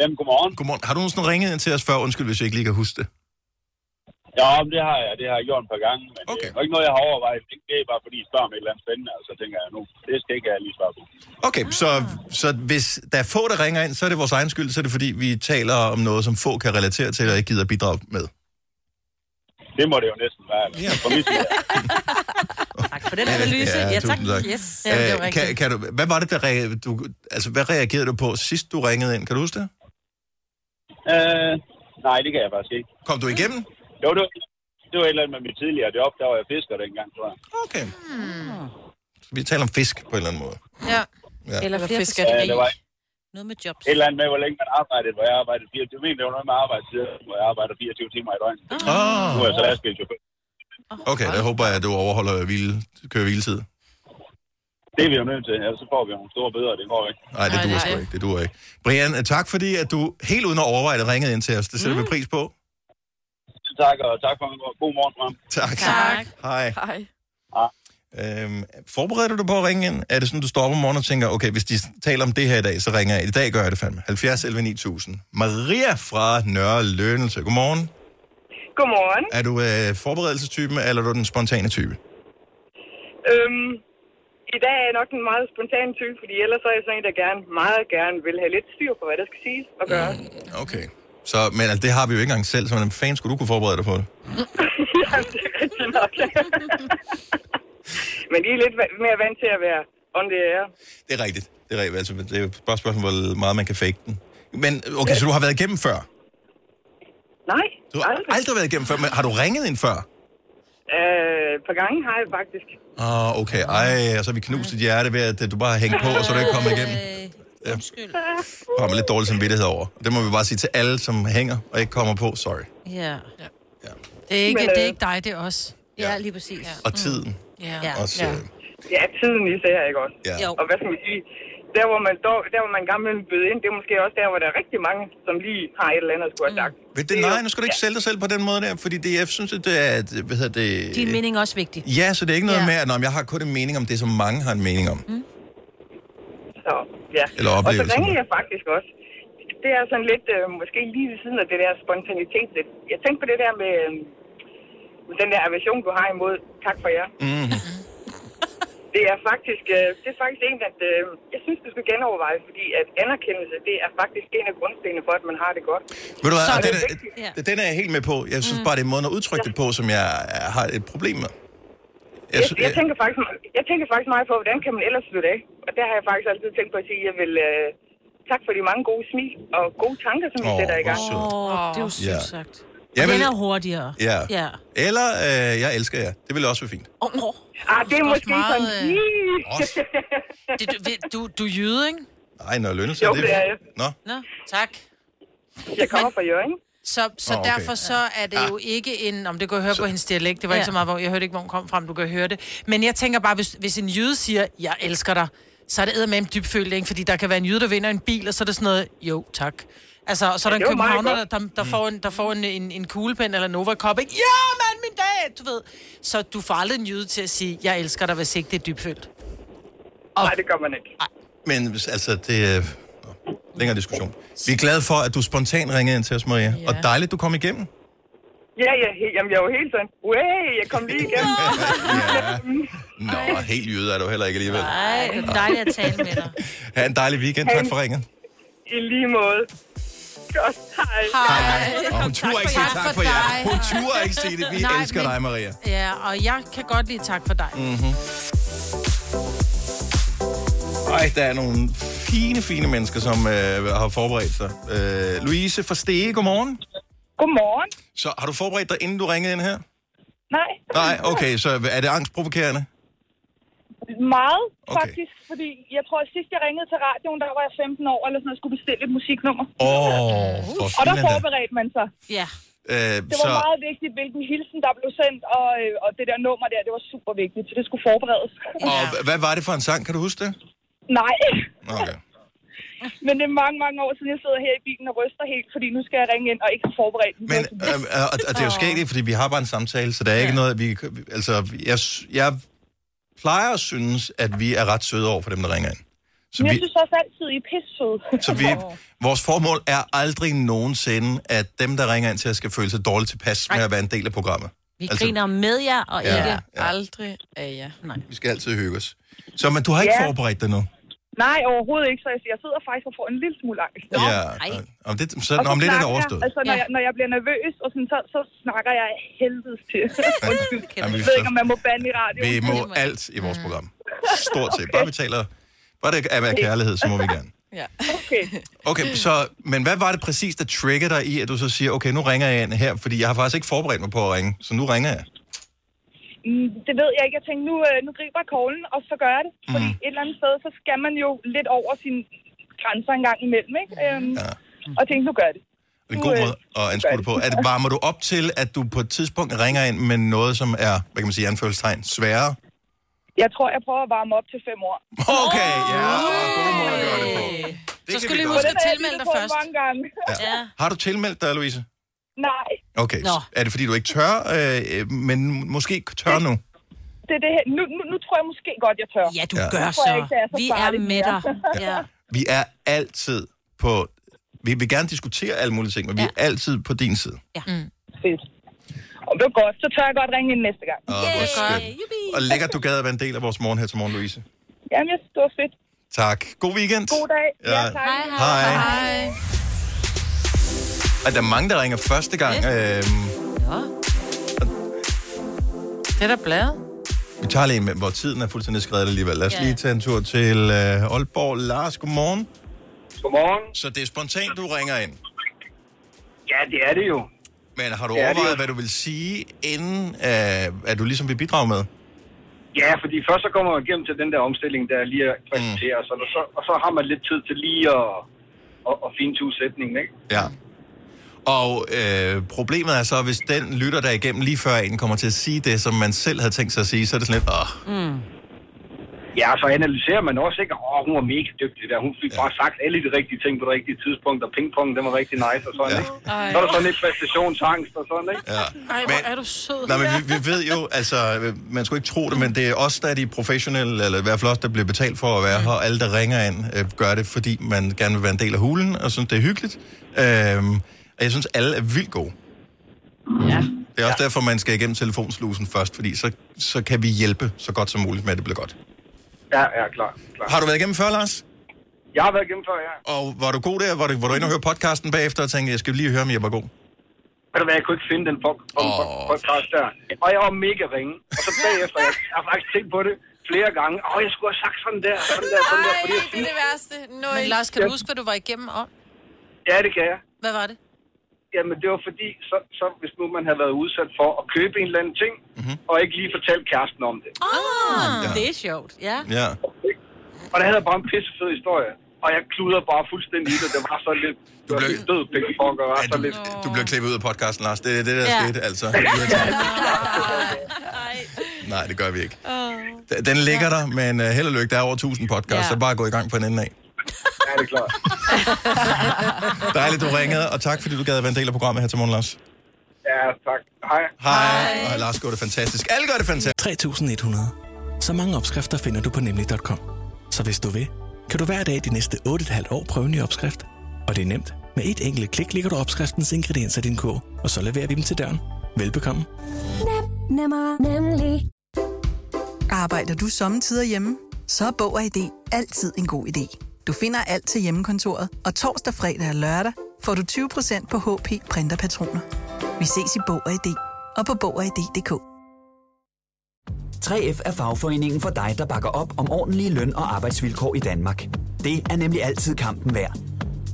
[SPEAKER 10] Jamen, godmorgen.
[SPEAKER 1] Godmorgen. Har du nogensinde ringet ind til os før? Undskyld, hvis jeg ikke lige kan huske det.
[SPEAKER 10] Ja, men det har jeg, det har jeg gjort et par gange, men okay. det er ikke noget, jeg har overvejet. Det- Det er bare fordi, I spørger om et eller andet spændende, og så tænker jeg nu, det skal ikke jeg lige svare på.
[SPEAKER 1] Okay, så, så hvis der er få, der ringer ind, så er det vores egen skyld, så er det fordi, vi taler om noget, som få kan relatere til og ikke gider bidrage med.
[SPEAKER 10] Det må det jo næsten være. Ja. For mit side.
[SPEAKER 2] tak for den analyse. Ja, tak. Yes. Ja, det er jo
[SPEAKER 1] Æh, Øh, kan,
[SPEAKER 2] rigtigt.
[SPEAKER 1] kan du, hvad var det, der re, du, altså, hvad reagerede du på sidst, du ringede ind? Kan du huske det?
[SPEAKER 10] Øh, nej, det kan jeg faktisk ikke.
[SPEAKER 1] Kom du igennem?
[SPEAKER 10] Jo, det var, det var et eller andet med mit tidligere job, der var jeg fisker dengang, tror jeg.
[SPEAKER 1] Okay. Vi taler om fisk på en eller anden måde.
[SPEAKER 3] Ja.
[SPEAKER 1] Ja.
[SPEAKER 2] Eller flere
[SPEAKER 10] Ja,
[SPEAKER 2] forskellige.
[SPEAKER 10] det var
[SPEAKER 2] Noget med jobs.
[SPEAKER 10] et eller andet med, hvor længe man arbejdede, hvor jeg arbejdede 24 timer. Det var noget med arbejdstid, hvor jeg arbejder 24 timer i døgnet.
[SPEAKER 1] Ah.
[SPEAKER 10] Nu er jeg så lastbilchauffør.
[SPEAKER 1] Okay, der håber jeg, at du overholder hvile, køre hviletid.
[SPEAKER 10] Det er vi jo nødt til, ellers så får vi nogle store bøder, det går ikke.
[SPEAKER 1] Nej, det duer sgu ikke. Det duer ikke. Brian, øh, tak fordi, at du helt uden at overveje det ringede ind til os. Det sætter mm. vi pris på.
[SPEAKER 10] Tak, og tak for en god morgen, Ram.
[SPEAKER 1] Tak.
[SPEAKER 10] Tak.
[SPEAKER 1] Hej.
[SPEAKER 4] Hej.
[SPEAKER 1] Øhm, forbereder du dig på at ringe ind? Er det sådan, du står op om morgenen og tænker, okay, hvis de taler om det her i dag, så ringer jeg. I dag gør jeg det fandme. 70 11 9000. Maria fra Nørre Lønelse. Godmorgen.
[SPEAKER 11] Godmorgen.
[SPEAKER 1] Er du øh, forberedelsestypen, eller er du den spontane type?
[SPEAKER 11] Øhm, I dag er jeg nok en meget spontan type, fordi ellers er jeg sådan en, der gerne, meget gerne vil have lidt styr på, hvad der skal siges og gøres.
[SPEAKER 1] Mm, Okay. Så, men altså, det har vi jo ikke engang selv, så hvordan fanden skulle du kunne forberede dig på det?
[SPEAKER 11] Jamen, det er rigtigt nok. Men de er lidt va- mere vant til at være on the air.
[SPEAKER 1] Det er rigtigt. Det er rigtigt. Altså, det er jo bare et spørgsmål, hvor meget man kan fake den. Men okay, så du har været igennem før?
[SPEAKER 11] Nej,
[SPEAKER 1] Du har aldrig, aldrig været igennem før, men har du ringet ind før?
[SPEAKER 11] øh, et par gange har jeg faktisk.
[SPEAKER 1] Åh, oh, okay. Ej, og så har vi knust dit hjerte ved, at øh, du bare har hængt på, og så er du ikke kommet igennem. Ja.
[SPEAKER 2] Øh, Undskyld.
[SPEAKER 1] Jeg har man lidt dårlig samvittighed over. Og det må vi bare sige til alle, som hænger og ikke kommer på. Sorry.
[SPEAKER 2] Ja. ja.
[SPEAKER 3] Det er ikke,
[SPEAKER 2] Men,
[SPEAKER 3] det er
[SPEAKER 2] øh,
[SPEAKER 3] ikke dig, det er os.
[SPEAKER 2] Ja, lige præcis. Ja.
[SPEAKER 1] Og tiden.
[SPEAKER 3] Mm. Ja.
[SPEAKER 1] Også, øh,
[SPEAKER 11] Ja, tiden især, ikke også?
[SPEAKER 1] Ja.
[SPEAKER 11] Og hvad skal man sige? Der, hvor man, dog, der, hvor man gammel bød ind, det er måske også der, hvor der er rigtig mange, som lige har et eller andet at skulle have sagt.
[SPEAKER 1] Ved det, nej, nu skal du ikke sælge dig selv på den måde der, fordi det, jeg synes, at det er... at, Hvad hedder det?
[SPEAKER 2] Din mening er også vigtig.
[SPEAKER 1] Ja, så det er ikke noget
[SPEAKER 2] Ja.
[SPEAKER 1] med, at "Nå, men jeg har kun en mening om det, som mange har en mening om.
[SPEAKER 11] Så, ja.
[SPEAKER 1] Eller
[SPEAKER 11] og så
[SPEAKER 1] oplevelsen.
[SPEAKER 11] ringede jeg faktisk også. Det er sådan lidt, øh, måske lige ved siden af det der spontanitet. lidt. Jeg tænkte på det der med øh, den der aversion, du har imod. Tak for jer.
[SPEAKER 1] Mm.
[SPEAKER 11] Det er faktisk, øh, det er faktisk en, at øh, jeg synes, du skal genoverveje, fordi at anerkendelse, det er faktisk en af grundstenene for, at man har det godt.
[SPEAKER 1] Ved du hvad,
[SPEAKER 11] Så
[SPEAKER 1] og
[SPEAKER 11] det
[SPEAKER 1] den,
[SPEAKER 11] er
[SPEAKER 1] er, den er jeg helt med på. Jeg synes bare, det er måden at udtrykke det på, som jeg øh, har et problem med.
[SPEAKER 11] Jeg,
[SPEAKER 1] sy-
[SPEAKER 11] jeg, tænker faktisk, jeg tænker faktisk meget på, hvordan kan man ellers slutte af? Og der har jeg faktisk altid tænkt på at sige, at jeg vil øh, tak for de mange gode smil og gode tanker, som I
[SPEAKER 1] Åh,
[SPEAKER 11] sætter i gang.
[SPEAKER 1] hvor sødt.
[SPEAKER 2] Åh, det er jo
[SPEAKER 1] Ja.
[SPEAKER 2] sødt sagt.
[SPEAKER 1] Jeg
[SPEAKER 2] Og
[SPEAKER 1] vil-
[SPEAKER 2] den er hurtigere.
[SPEAKER 1] Ja.
[SPEAKER 2] ja.
[SPEAKER 1] Eller, øh, jeg elsker jer. Det ville også være fint.
[SPEAKER 3] Oh, oh.
[SPEAKER 11] Ah, det er
[SPEAKER 3] Også
[SPEAKER 11] måske
[SPEAKER 3] meget,
[SPEAKER 11] sådan
[SPEAKER 3] øh,
[SPEAKER 11] lige...
[SPEAKER 3] det, du, ved- du, du er jyde, ikke?
[SPEAKER 1] Nej, når lønnelse
[SPEAKER 3] Jo, det er jeg.
[SPEAKER 1] Nå,
[SPEAKER 3] Nå, tak.
[SPEAKER 11] Jeg kommer fra Jørgen.
[SPEAKER 3] Så, så
[SPEAKER 1] Nå,
[SPEAKER 3] oh,
[SPEAKER 1] okay.
[SPEAKER 3] okay. derfor så er det jo
[SPEAKER 2] Ah.
[SPEAKER 3] ikke en... Om det kunne jeg høre på hendes dialekt. Det var
[SPEAKER 2] Ja.
[SPEAKER 3] ikke så meget, hvor jeg hørte ikke, hvor hun kom fra, men du kan høre det. Men jeg tænker bare, hvis, hvis en jyde siger, jeg elsker dig, så er det eddermame dybfølt, ikke? Fordi der kan være en jyde, der vinder en bil, og så er det sådan noget, jo, tak. Altså, og så er
[SPEAKER 2] Ja,
[SPEAKER 3] der en
[SPEAKER 2] det var meget
[SPEAKER 3] københavner, der,
[SPEAKER 2] godt. Mm.
[SPEAKER 3] der, der, får en, der får en, en, en kuglepen eller en Nova Cup, ikke? Ja, mand, min dag! Du ved. Så du får aldrig en jyde til at sige, jeg elsker dig, hvis ikke det er dybfølt.
[SPEAKER 11] Nej, det gør man ikke.
[SPEAKER 1] men hvis- altså, det er... Nå, Længere diskussion. Vi er glade for, at du spontant ringede ind til os, Maria. Ja. Og dejligt, du kom igennem.
[SPEAKER 11] Ja, ja, he- jamen, jeg var helt sådan, way, jeg kom lige igennem.
[SPEAKER 1] Nå, helt jyde er du heller ikke alligevel.
[SPEAKER 2] Nej, det er dejligt at tale med dig.
[SPEAKER 1] Ha' en dejlig weekend. Tak for ringet.
[SPEAKER 11] I lige måde. Godt, hej.
[SPEAKER 1] Og hun turde ikke sige tak for jer. Hun turde ikke sige det. Vi
[SPEAKER 3] Nej,
[SPEAKER 1] elsker
[SPEAKER 3] men-
[SPEAKER 1] dig, Maria.
[SPEAKER 3] Ja, og jeg kan godt lide tak for dig.
[SPEAKER 1] Mm-hmm. Ej, der er nogle fine, fine mennesker, som øh, har forberedt sig. Øh, Louise fra Stege, godmorgen.
[SPEAKER 11] Godmorgen.
[SPEAKER 1] Så har du forberedt dig, inden du ringede ind her?
[SPEAKER 12] Nej,
[SPEAKER 1] Nej, okay, så er det angstprovokerende?
[SPEAKER 12] meget okay. faktisk, fordi jeg tror, at sidst jeg ringede til radioen, der var jeg 15 år, eller sådan noget, skulle bestille et musiknummer.
[SPEAKER 1] Åh, oh, for
[SPEAKER 12] og der
[SPEAKER 1] filan da.
[SPEAKER 12] forberedte man sig. Ja.
[SPEAKER 1] Øh,
[SPEAKER 12] Det var
[SPEAKER 1] så,
[SPEAKER 12] så... meget vigtigt, hvilken hilsen, der blev sendt, og, øh, og det der nummer der, det var super vigtigt, så det skulle forberedes.
[SPEAKER 1] og h- hvad var det for en sang, kan du huske det?
[SPEAKER 12] Nej,
[SPEAKER 1] Okay.
[SPEAKER 12] men det er mange, mange år siden, jeg sidder her i bilen og ryster helt, fordi nu skal jeg ringe ind og ikke har forberedt mig.
[SPEAKER 1] Men, øh, øh, og, og det er jo sket, fordi vi har bare en samtale, så der er ikke noget, vi kan- Altså, jeg, jeg plejer at synes, at vi er ret søde over for dem, der ringer ind. Så
[SPEAKER 12] Men jeg
[SPEAKER 1] vi,
[SPEAKER 12] synes også altid, I er pisse søde.
[SPEAKER 1] så vi, vores formål er aldrig nogensinde, at dem, der ringer ind til os, skal føle sig dårligt tilpas med at være en del af programmet.
[SPEAKER 2] Vi altså, griner med jer, og
[SPEAKER 1] Ja.
[SPEAKER 2] ja. ikke.
[SPEAKER 1] Ja.
[SPEAKER 2] Aldrig af jer. Nej.
[SPEAKER 1] Vi skal altid hygge os. Så men du har ikke
[SPEAKER 12] Ja.
[SPEAKER 1] forberedt dig nu?
[SPEAKER 12] Nej, overhovedet ikke, så jeg, jeg sidder faktisk og får en lille smule angst.
[SPEAKER 1] øh, Om, det, så,
[SPEAKER 12] Og
[SPEAKER 1] om lidt er det
[SPEAKER 12] snakker
[SPEAKER 1] overstået.
[SPEAKER 12] Jeg, altså, når, ja. jeg, når jeg bliver nervøs, og sådan, så, så snakker jeg af helvedes til. Undskyld.
[SPEAKER 1] Jamen, vi
[SPEAKER 12] jeg ved
[SPEAKER 1] forstår.
[SPEAKER 12] ikke, om man må bande i radioen.
[SPEAKER 1] Vi må alt i vores program. Stort set. Bare vi taler... Bare det er af kærlighed, så må vi gerne.
[SPEAKER 4] Ja.
[SPEAKER 12] Okay.
[SPEAKER 1] Okay, så, men hvad var det præcis, der trigger dig i, at du så siger, okay, nu ringer jeg ind her, fordi jeg har faktisk ikke forberedt mig på at ringe, så nu ringer jeg.
[SPEAKER 12] Mm, Det ved jeg ikke. Jeg tænkte, nu, øh, nu griber jeg koglen, og så gør jeg det. Fordi
[SPEAKER 13] Mm.
[SPEAKER 12] et eller andet sted, så skal man jo lidt over sine grænser en gang imellem, ikke? Øhm, ja. Og tænkte, nu gør jeg det.
[SPEAKER 1] Det er en
[SPEAKER 12] Nu,
[SPEAKER 1] god
[SPEAKER 12] øh,
[SPEAKER 1] måde at anskue det på. At varmer du op til, at du på et tidspunkt ringer ind med noget, som er, hvad kan man sige, i anførselstegn, sværere?
[SPEAKER 12] Jeg tror, jeg prøver at varme op til fem år.
[SPEAKER 1] Okay, ja. God måde at gøre det på.
[SPEAKER 12] Det
[SPEAKER 1] kan vi godt.
[SPEAKER 12] at tilmelde dig først. Mange gange.
[SPEAKER 1] Ja. Har du tilmeldt dig, Louise?
[SPEAKER 12] Nej,
[SPEAKER 1] Okay,
[SPEAKER 12] Nå.
[SPEAKER 1] Nå. er det fordi, du ikke tør, øh, øh, men måske tør nu?
[SPEAKER 12] det er det her. Nu, nu, nu tror jeg måske godt, jeg tør.
[SPEAKER 2] Ja,
[SPEAKER 1] du Ja. gør
[SPEAKER 12] Nu tror jeg
[SPEAKER 1] så.
[SPEAKER 12] ikke, det
[SPEAKER 2] Vi er
[SPEAKER 12] farligt
[SPEAKER 2] med
[SPEAKER 12] mere.
[SPEAKER 2] Ja.
[SPEAKER 1] Vi er altid på... Vi vil gerne diskutere alle mulige ting, men vi er altid på din side.
[SPEAKER 2] Ja. Mm.
[SPEAKER 12] Fedt. Og det var godt. Så tør jeg godt ringe ind næste gang.
[SPEAKER 1] Åh, hvor skønt. Og lækkert, du gad at være en del af vores morgen her til morgen, Louise.
[SPEAKER 12] Jamen, jeg synes, det var fedt.
[SPEAKER 1] Tak. God weekend.
[SPEAKER 12] God dag. Ja, tak. Hej,
[SPEAKER 1] Hej.
[SPEAKER 12] hej.
[SPEAKER 1] At der er mange, der ringer første gang. Øh,
[SPEAKER 3] Det er da bladet.
[SPEAKER 1] vi tager lige en med, hvor tiden er fuldstændig skrevet alligevel. Lad os lige tage en tur til øh, Aalborg. Lars, godmorgen.
[SPEAKER 14] Godmorgen.
[SPEAKER 1] Så det er spontant, du ringer ind.
[SPEAKER 14] Ja, det er det jo.
[SPEAKER 1] Men har du
[SPEAKER 14] Ja, det er
[SPEAKER 1] overvejet,
[SPEAKER 14] jo.
[SPEAKER 1] hvad du vil sige, inden øh, at du ligesom vil bidrage med?
[SPEAKER 14] Ja, fordi først så kommer man igennem til den der omstilling, der lige er præsenteret, mm. og, så, og så har man lidt tid til lige at, at, at fintue sætningen, ikke?
[SPEAKER 1] Ja. Og øh, problemet er så, hvis den lytter der igennem lige før en kommer til at sige det, som man selv havde tænkt sig at sige, så er det sådan lidt, åh,
[SPEAKER 14] Mm. Ja, så analyserer man også, ikke? Åh, hun var mega dygtig der. Hun fik ja. bare sagt alle de rigtige ting på det rigtige tidspunkt, og pingpong, den var rigtig nice og sådan, ja. ikke?
[SPEAKER 3] Ej.
[SPEAKER 14] Så er der sådan lidt præstationsangst og sådan, ikke?
[SPEAKER 1] Ja.
[SPEAKER 3] Ej, hvor er du sød.
[SPEAKER 1] Nej, men vi, vi ved jo, altså, øh, man skulle ikke tro det, men det er os, der er de professionelle, eller i hvert fald os, der bliver betalt for at være her, og alle, der ringer ind, øh, gør det, fordi man gerne vil være en del af hulen, og synes, det er hyggeligt. Øhm, og jeg synes, alle er vildt gode.
[SPEAKER 14] Ja.
[SPEAKER 1] Det er også ja. derfor, man skal igennem telefonslusen først, fordi så, så kan vi hjælpe så godt som muligt med, at det bliver godt.
[SPEAKER 14] Ja, ja, klar. klar.
[SPEAKER 1] Har du været igennem før, Lars?
[SPEAKER 14] Jeg har været igennem før, ja.
[SPEAKER 1] Og var du god der? Var du, var du inde og høre podcasten bagefter og tænkte, jeg skal lige høre, om jeg var god?
[SPEAKER 14] Ved du hvad, jeg kunne ikke finde den pod- pod- pod- podcast der. Og jeg var mega ringe. Og så bagefter, jeg, jeg har faktisk tænkt på det flere gange. Åh, jeg skulle have sagt sådan der, sådan der, sådan der. Fordi jeg
[SPEAKER 3] det er det værste. Nøj. Men Lars, kan du huske, hvad du var igennem om?
[SPEAKER 14] Ja, det kan jeg.
[SPEAKER 3] Hvad var det?
[SPEAKER 14] Jamen, det var fordi, så, så hvis nu man havde været udsat for at købe en eller anden ting, mm-hmm. og ikke lige fortalt kæresten om det.
[SPEAKER 2] Ah,
[SPEAKER 1] Mhm. Ja.
[SPEAKER 2] det er sjovt. Ja.
[SPEAKER 1] Ja.
[SPEAKER 14] Og der havde jeg bare en pissefed historie. Og jeg kludrede bare fuldstændig i det. Det var så lidt du blev... død pingpong, og var så lidt...
[SPEAKER 1] Du blev klippet ud af podcasten, Lars. Det er det, der
[SPEAKER 14] Ja.
[SPEAKER 1] ja. skete, altså. Nej, det gør vi ikke. D- Den ligger der, men uh, held og lykke. Der er over 1000 podcasts,
[SPEAKER 15] Ja.
[SPEAKER 1] så bare gå i gang på en ende af.
[SPEAKER 14] Ja, det er klart.
[SPEAKER 1] Dejligt, du ringede, og tak, fordi du gad at være en del af programmet her til morgen, Lars.
[SPEAKER 14] Ja, tak. Hej.
[SPEAKER 1] Hej. Og Lars gør det fantastisk. Alle gør det fantastisk.
[SPEAKER 13] 3.100. Så mange opskrifter finder du på nemlig.com. Så hvis du vil, kan du hver dag de næste 8,5 år prøve en ny opskrift. Og det er nemt. Med et enkelt klik ligger du opskriftens ingredienser i din kog, og så leverer vi dem til døren. Velbekomme.
[SPEAKER 15] Nem, nemmer, nemlig. Arbejder du sommetider hjemme? Så er Bog og ID altid en god idé. Du finder alt til hjemmekontoret, og torsdag, fredag og lørdag får du 20% på HP Printerpatroner. Vi ses i Bog og ID og på Bog og ID.dk.
[SPEAKER 16] 3F er fagforeningen for dig, der bakker op om ordentlige løn- og arbejdsvilkår i Danmark. Det er nemlig altid kampen værd.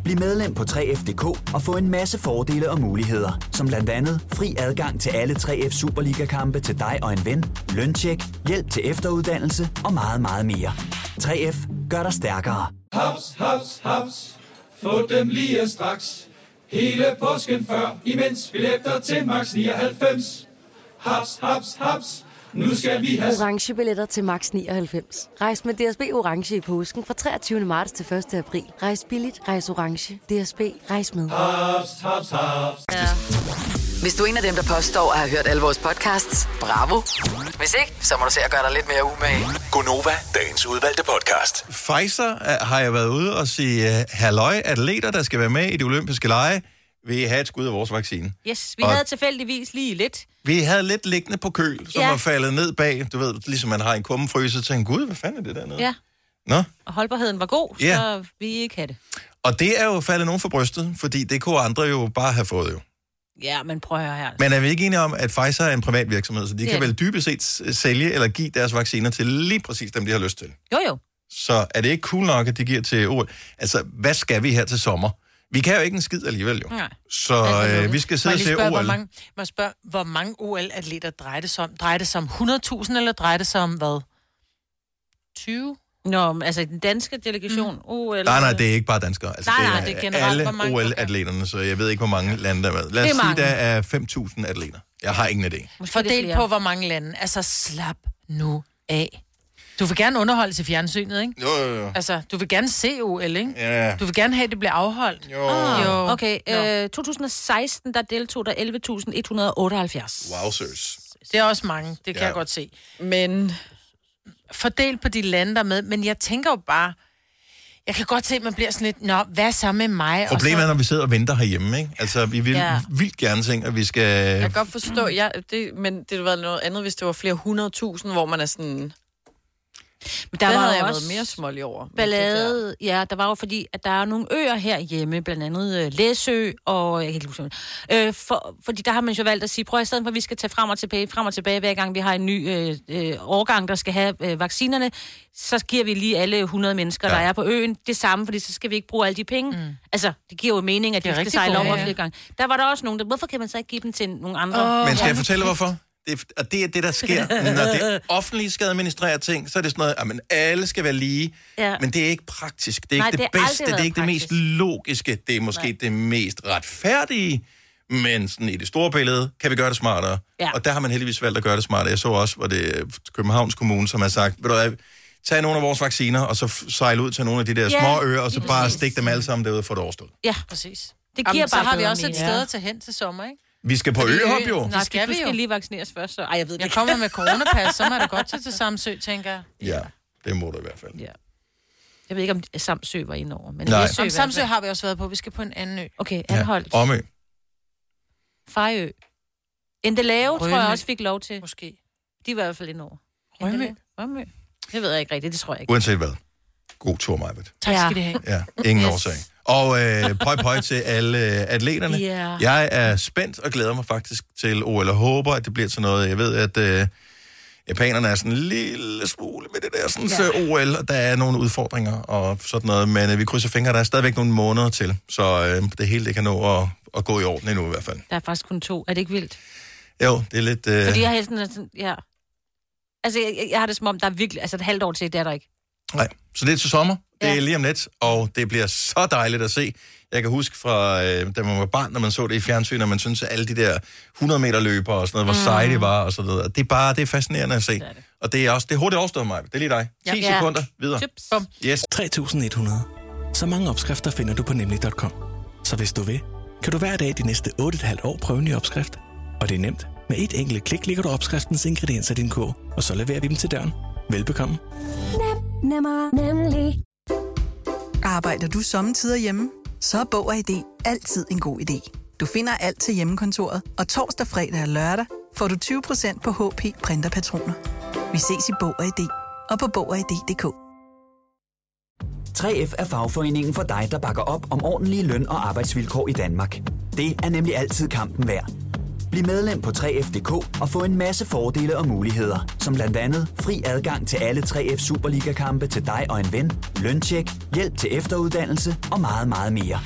[SPEAKER 16] Bliv medlem på 3F.dk og få en masse fordele og muligheder, som blandt andet fri adgang til alle 3F Superliga-kampe til dig og en ven, løntjek, hjælp til efteruddannelse og meget, meget mere. 3F gør dig stærkere.
[SPEAKER 17] Haps, haps, haps. Få dem lige straks. Hele påsken før, imens billetter til max 99. Haps, haps, haps. Nu skal vi have...
[SPEAKER 18] orange billetter til max 99. Rejs med DSB orange i påsken fra 23. marts til 1. april. Rejs billigt, rejs orange. DSB rejs med.
[SPEAKER 17] Haps, haps, haps.
[SPEAKER 5] Ja. Hvis du er en af dem, der påstår at have hørt alle vores podcasts, bravo. Hvis ikke, så må du se at gøre dig lidt mere umage.
[SPEAKER 6] Gonova, dagens udvalgte podcast.
[SPEAKER 1] Pfizer øh, har jeg været ude og sige, øh, halløj, atleter, der skal være med i de olympiske lege, vil have et skud af vores vaccine.
[SPEAKER 2] Yes, vi
[SPEAKER 1] Og-
[SPEAKER 2] havde tilfældigvis lige lidt.
[SPEAKER 1] Vi havde lidt liggende på køl, som
[SPEAKER 2] Ja.
[SPEAKER 1] ja. var faldet ned bag. Du ved, ligesom man har en kummefryse, så tænkte gud, hvad fanden er det dernede?
[SPEAKER 2] Ja,
[SPEAKER 1] Nå?
[SPEAKER 2] og holdbarheden var god,
[SPEAKER 1] Ja.
[SPEAKER 2] så vi ikke havde det.
[SPEAKER 1] Og det er jo faldet nogen for brystet, fordi det kunne andre jo bare have fået jo.
[SPEAKER 2] Ja, men prøv at høre her.
[SPEAKER 1] Men er vi ikke enige om, at Pfizer er en privat virksomhed, så de
[SPEAKER 2] Det er
[SPEAKER 1] kan vel
[SPEAKER 2] det.
[SPEAKER 1] dybest set s- sælge eller give deres vacciner til lige præcis dem, de har lyst til?
[SPEAKER 2] Jo, jo.
[SPEAKER 1] Så er det ikke cool nok, at de giver til OL? Altså, hvad skal vi her til sommer? Vi kan jo ikke en skid alligevel, jo.
[SPEAKER 3] Nej.
[SPEAKER 1] Så
[SPEAKER 2] Altså,
[SPEAKER 1] øh, vi skal
[SPEAKER 3] Må
[SPEAKER 1] sidde og
[SPEAKER 3] jeg lige
[SPEAKER 1] se
[SPEAKER 3] spørge, Hvor
[SPEAKER 1] OL.
[SPEAKER 3] mange, må jeg spørge, hvor mange OL-atleter drejer det sig om? Drejer det sig om 100.000, eller drejer det sig om hvad? 20?
[SPEAKER 2] Nå, men altså den danske delegation, mm. OL...
[SPEAKER 1] Nej, nej, det er ikke bare danskere. Altså,
[SPEAKER 2] Nej,
[SPEAKER 1] det er,
[SPEAKER 2] nej, det er generelt, hvor
[SPEAKER 1] alle
[SPEAKER 2] mange-
[SPEAKER 1] OL-atleterne, så jeg ved ikke, hvor mange lande der er med. Lad os
[SPEAKER 3] Det er
[SPEAKER 1] sige,
[SPEAKER 3] mange.
[SPEAKER 1] der er 5.000 atleter. Jeg har ingen idé.
[SPEAKER 3] Fordelt på, hvor mange lande. Altså, slap nu af. Du vil gerne underholdes i fjernsynet, ikke?
[SPEAKER 1] Jo, jo, jo.
[SPEAKER 3] Altså, du vil gerne se OL, ikke?
[SPEAKER 1] Ja.
[SPEAKER 3] Du vil gerne have, at det bliver afholdt.
[SPEAKER 1] Jo.
[SPEAKER 2] Ah,
[SPEAKER 3] jo.
[SPEAKER 2] Okay, øh, 2016, der deltog der 11.178.
[SPEAKER 1] Wowzers.
[SPEAKER 3] Det er også mange, det kan
[SPEAKER 2] Ja.
[SPEAKER 3] ja. jeg godt se. Men fordel på de lande, der er med. Men jeg tænker jo bare, jeg kan godt se, at man bliver sådan lidt, nå, hvad så med mig?
[SPEAKER 1] Problemet er,
[SPEAKER 3] og
[SPEAKER 1] når vi sidder og venter herhjemme, ikke? Altså, vi vil
[SPEAKER 4] Ja.
[SPEAKER 1] ja. vildt gerne tænke, at vi skal...
[SPEAKER 4] Jeg kan godt forstå, jeg, det, men det ville være noget andet, hvis det var flere hundredtusind, hvor man er sådan... Men
[SPEAKER 2] der
[SPEAKER 4] der
[SPEAKER 2] var
[SPEAKER 4] havde
[SPEAKER 2] jo
[SPEAKER 4] jeg
[SPEAKER 2] også
[SPEAKER 4] været mere smålig over. men det der-
[SPEAKER 2] Ballade, ja, der var jo fordi, at der er nogle øer herhjemme, blandt andet øh, Læsø og... Jeg kan ikke huske, hvad- øh, for, fordi der har man jo valgt at sige, prøv at i stedet for, at vi skal tage frem og tilbage, frem og tilbage, hver gang vi har en ny øh, øh, årgang, der skal have øh, vaccinerne, så giver vi lige alle 100 mennesker, ja. der er på øen, det samme, fordi så skal vi ikke bruge alle de penge. Mm. Altså, det giver jo mening, at
[SPEAKER 3] Det er
[SPEAKER 2] de skal
[SPEAKER 3] rigtig
[SPEAKER 2] sejle
[SPEAKER 3] god,
[SPEAKER 2] over
[SPEAKER 3] ja.
[SPEAKER 2] flere gange. Der var der også nogen, der... Hvorfor kan man så ikke give dem til nogle andre?
[SPEAKER 1] Men skal jeg fortælle, hvorfor? Det er, og det er det, der sker. Når det offentlige skal administrere ting, så er det sådan noget, at men alle skal være lige.
[SPEAKER 2] Ja.
[SPEAKER 1] Ja. Men det er ikke praktisk. Det er
[SPEAKER 2] Nej,
[SPEAKER 1] ikke
[SPEAKER 2] det
[SPEAKER 1] det,
[SPEAKER 2] har aldrig
[SPEAKER 1] bedste. Det er
[SPEAKER 2] været
[SPEAKER 1] ikke det mest logiske. Det er måske
[SPEAKER 2] Nej.
[SPEAKER 1] Nej. det mest retfærdige. Men sådan i det store billede, kan vi gøre det smartere.
[SPEAKER 2] Ja.
[SPEAKER 1] Og der har man heldigvis valgt at gøre det smartere. Jeg så også, hvor det er Københavns Kommune, som har sagt, ved du hvad, tag nogle af vores vacciner, og så f- sejle ud til nogle af de
[SPEAKER 3] Ja,
[SPEAKER 1] der ja, små øer, og så
[SPEAKER 3] lige
[SPEAKER 1] bare
[SPEAKER 3] præcis.
[SPEAKER 1] stik dem alle sammen derude for et overstået.
[SPEAKER 2] Ja,
[SPEAKER 3] præcis.
[SPEAKER 2] Det
[SPEAKER 3] Jamen,
[SPEAKER 2] giver
[SPEAKER 3] så
[SPEAKER 2] bare
[SPEAKER 3] har vi
[SPEAKER 2] bedre
[SPEAKER 3] også et
[SPEAKER 2] mening.
[SPEAKER 3] sted
[SPEAKER 2] Ja.
[SPEAKER 3] at tage hen til sommer, ikke?
[SPEAKER 1] Vi skal på
[SPEAKER 3] Fordi
[SPEAKER 1] øhop,
[SPEAKER 3] ø-
[SPEAKER 1] jo.
[SPEAKER 3] Nej,
[SPEAKER 2] Nej,
[SPEAKER 3] skal
[SPEAKER 2] skal
[SPEAKER 3] vi
[SPEAKER 2] vi
[SPEAKER 3] jo.
[SPEAKER 2] skal lige vaccineres først, så... Ej, jeg ved det
[SPEAKER 3] Jeg kommer med coronapas, så må jeg da godt tage til Samsø, tænker jeg.
[SPEAKER 1] Ja, det må du i hvert fald.
[SPEAKER 2] Ja. Jeg ved ikke, om Samsø var inde over. Men
[SPEAKER 1] Nej.
[SPEAKER 2] Læsø i
[SPEAKER 3] Om
[SPEAKER 2] hvert
[SPEAKER 3] Samsø
[SPEAKER 2] fald.
[SPEAKER 3] har vi også været på, vi skal på en anden ø.
[SPEAKER 2] Okay, Anholdt. Ja.
[SPEAKER 1] Omø.
[SPEAKER 2] Fejø. Endelave, tror jeg
[SPEAKER 3] Rømø.
[SPEAKER 2] også fik lov til.
[SPEAKER 3] Måske.
[SPEAKER 2] De var i hvert fald inde over. Rømø. Rømø. Det ved jeg ikke rigtigt, det tror jeg ikke.
[SPEAKER 1] Uanset hvad. God tur, Majbet.
[SPEAKER 2] Tak skal ja. det have.
[SPEAKER 1] Ja, ingen yes. årsag. Og øh, pøj pøj til alle øh, atleterne.
[SPEAKER 2] Ja.
[SPEAKER 1] Jeg er spændt og glæder mig faktisk til OL og håber, at det bliver til noget. Jeg ved, at øh, japanerne er sådan en lille smule med det der sådan, ja. OL, og der er nogle udfordringer og sådan noget. Men øh, vi krydser fingre, der er stadigvæk nogle måneder til, så øh, det hele det kan nå at, at gå i orden endnu i hvert fald.
[SPEAKER 2] Der er faktisk kun to. Er det ikke vildt?
[SPEAKER 1] Jo, det er lidt... Øh,
[SPEAKER 2] Fordi jeg har sådan, sådan, ja. Altså, jeg, jeg- jeg, har det som om, der er virkelig... Altså, et halvt år til, det er der ikke.
[SPEAKER 1] Nej, så det er til sommer. Det er lige om lidt, og det bliver så dejligt at se. Jeg kan huske fra, øh, da man var barn, når man så det i fjernsyn, og man syntes, at alle de der 100 meter løber og sådan noget, hvor
[SPEAKER 2] Mm.
[SPEAKER 1] mm. seje de var og sådan noget. Og Det er bare, det er fascinerende at se. Det er det. Og det er også, det er hurtigt overstået mig. Det er lige dig. 10 ja. sekunder videre.
[SPEAKER 3] Bum.
[SPEAKER 1] Yes.
[SPEAKER 13] 3.100. Så mange opskrifter finder du på nemlig.com. Så hvis du vil, kan du hver dag de næste 8,5 år prøve en ny opskrift. Og det er nemt. Med et enkelt klik ligger du opskriftens ingredienser i din kog, og så leverer vi dem til døren. Velbekomme.
[SPEAKER 15] Nem, nemmer, nemlig. Arbejder du sommetider hjemme? Så er Bog og ID altid en god idé. Du finder alt til hjemmekontoret, og torsdag, fredag og lørdag får du 20% på HP printerpatroner. Vi ses i Bog og ID og på Bog og
[SPEAKER 16] 3F er fagforeningen for dig, der bakker op om ordentlige løn- og arbejdsvilkår i Danmark. Det er nemlig altid kampen værd. Bliv medlem på 3F.dk og få en masse fordele og muligheder, som blandt andet fri adgang til alle 3F Superliga-kampe til dig og en ven, løntjek, hjælp til efteruddannelse og meget, meget mere.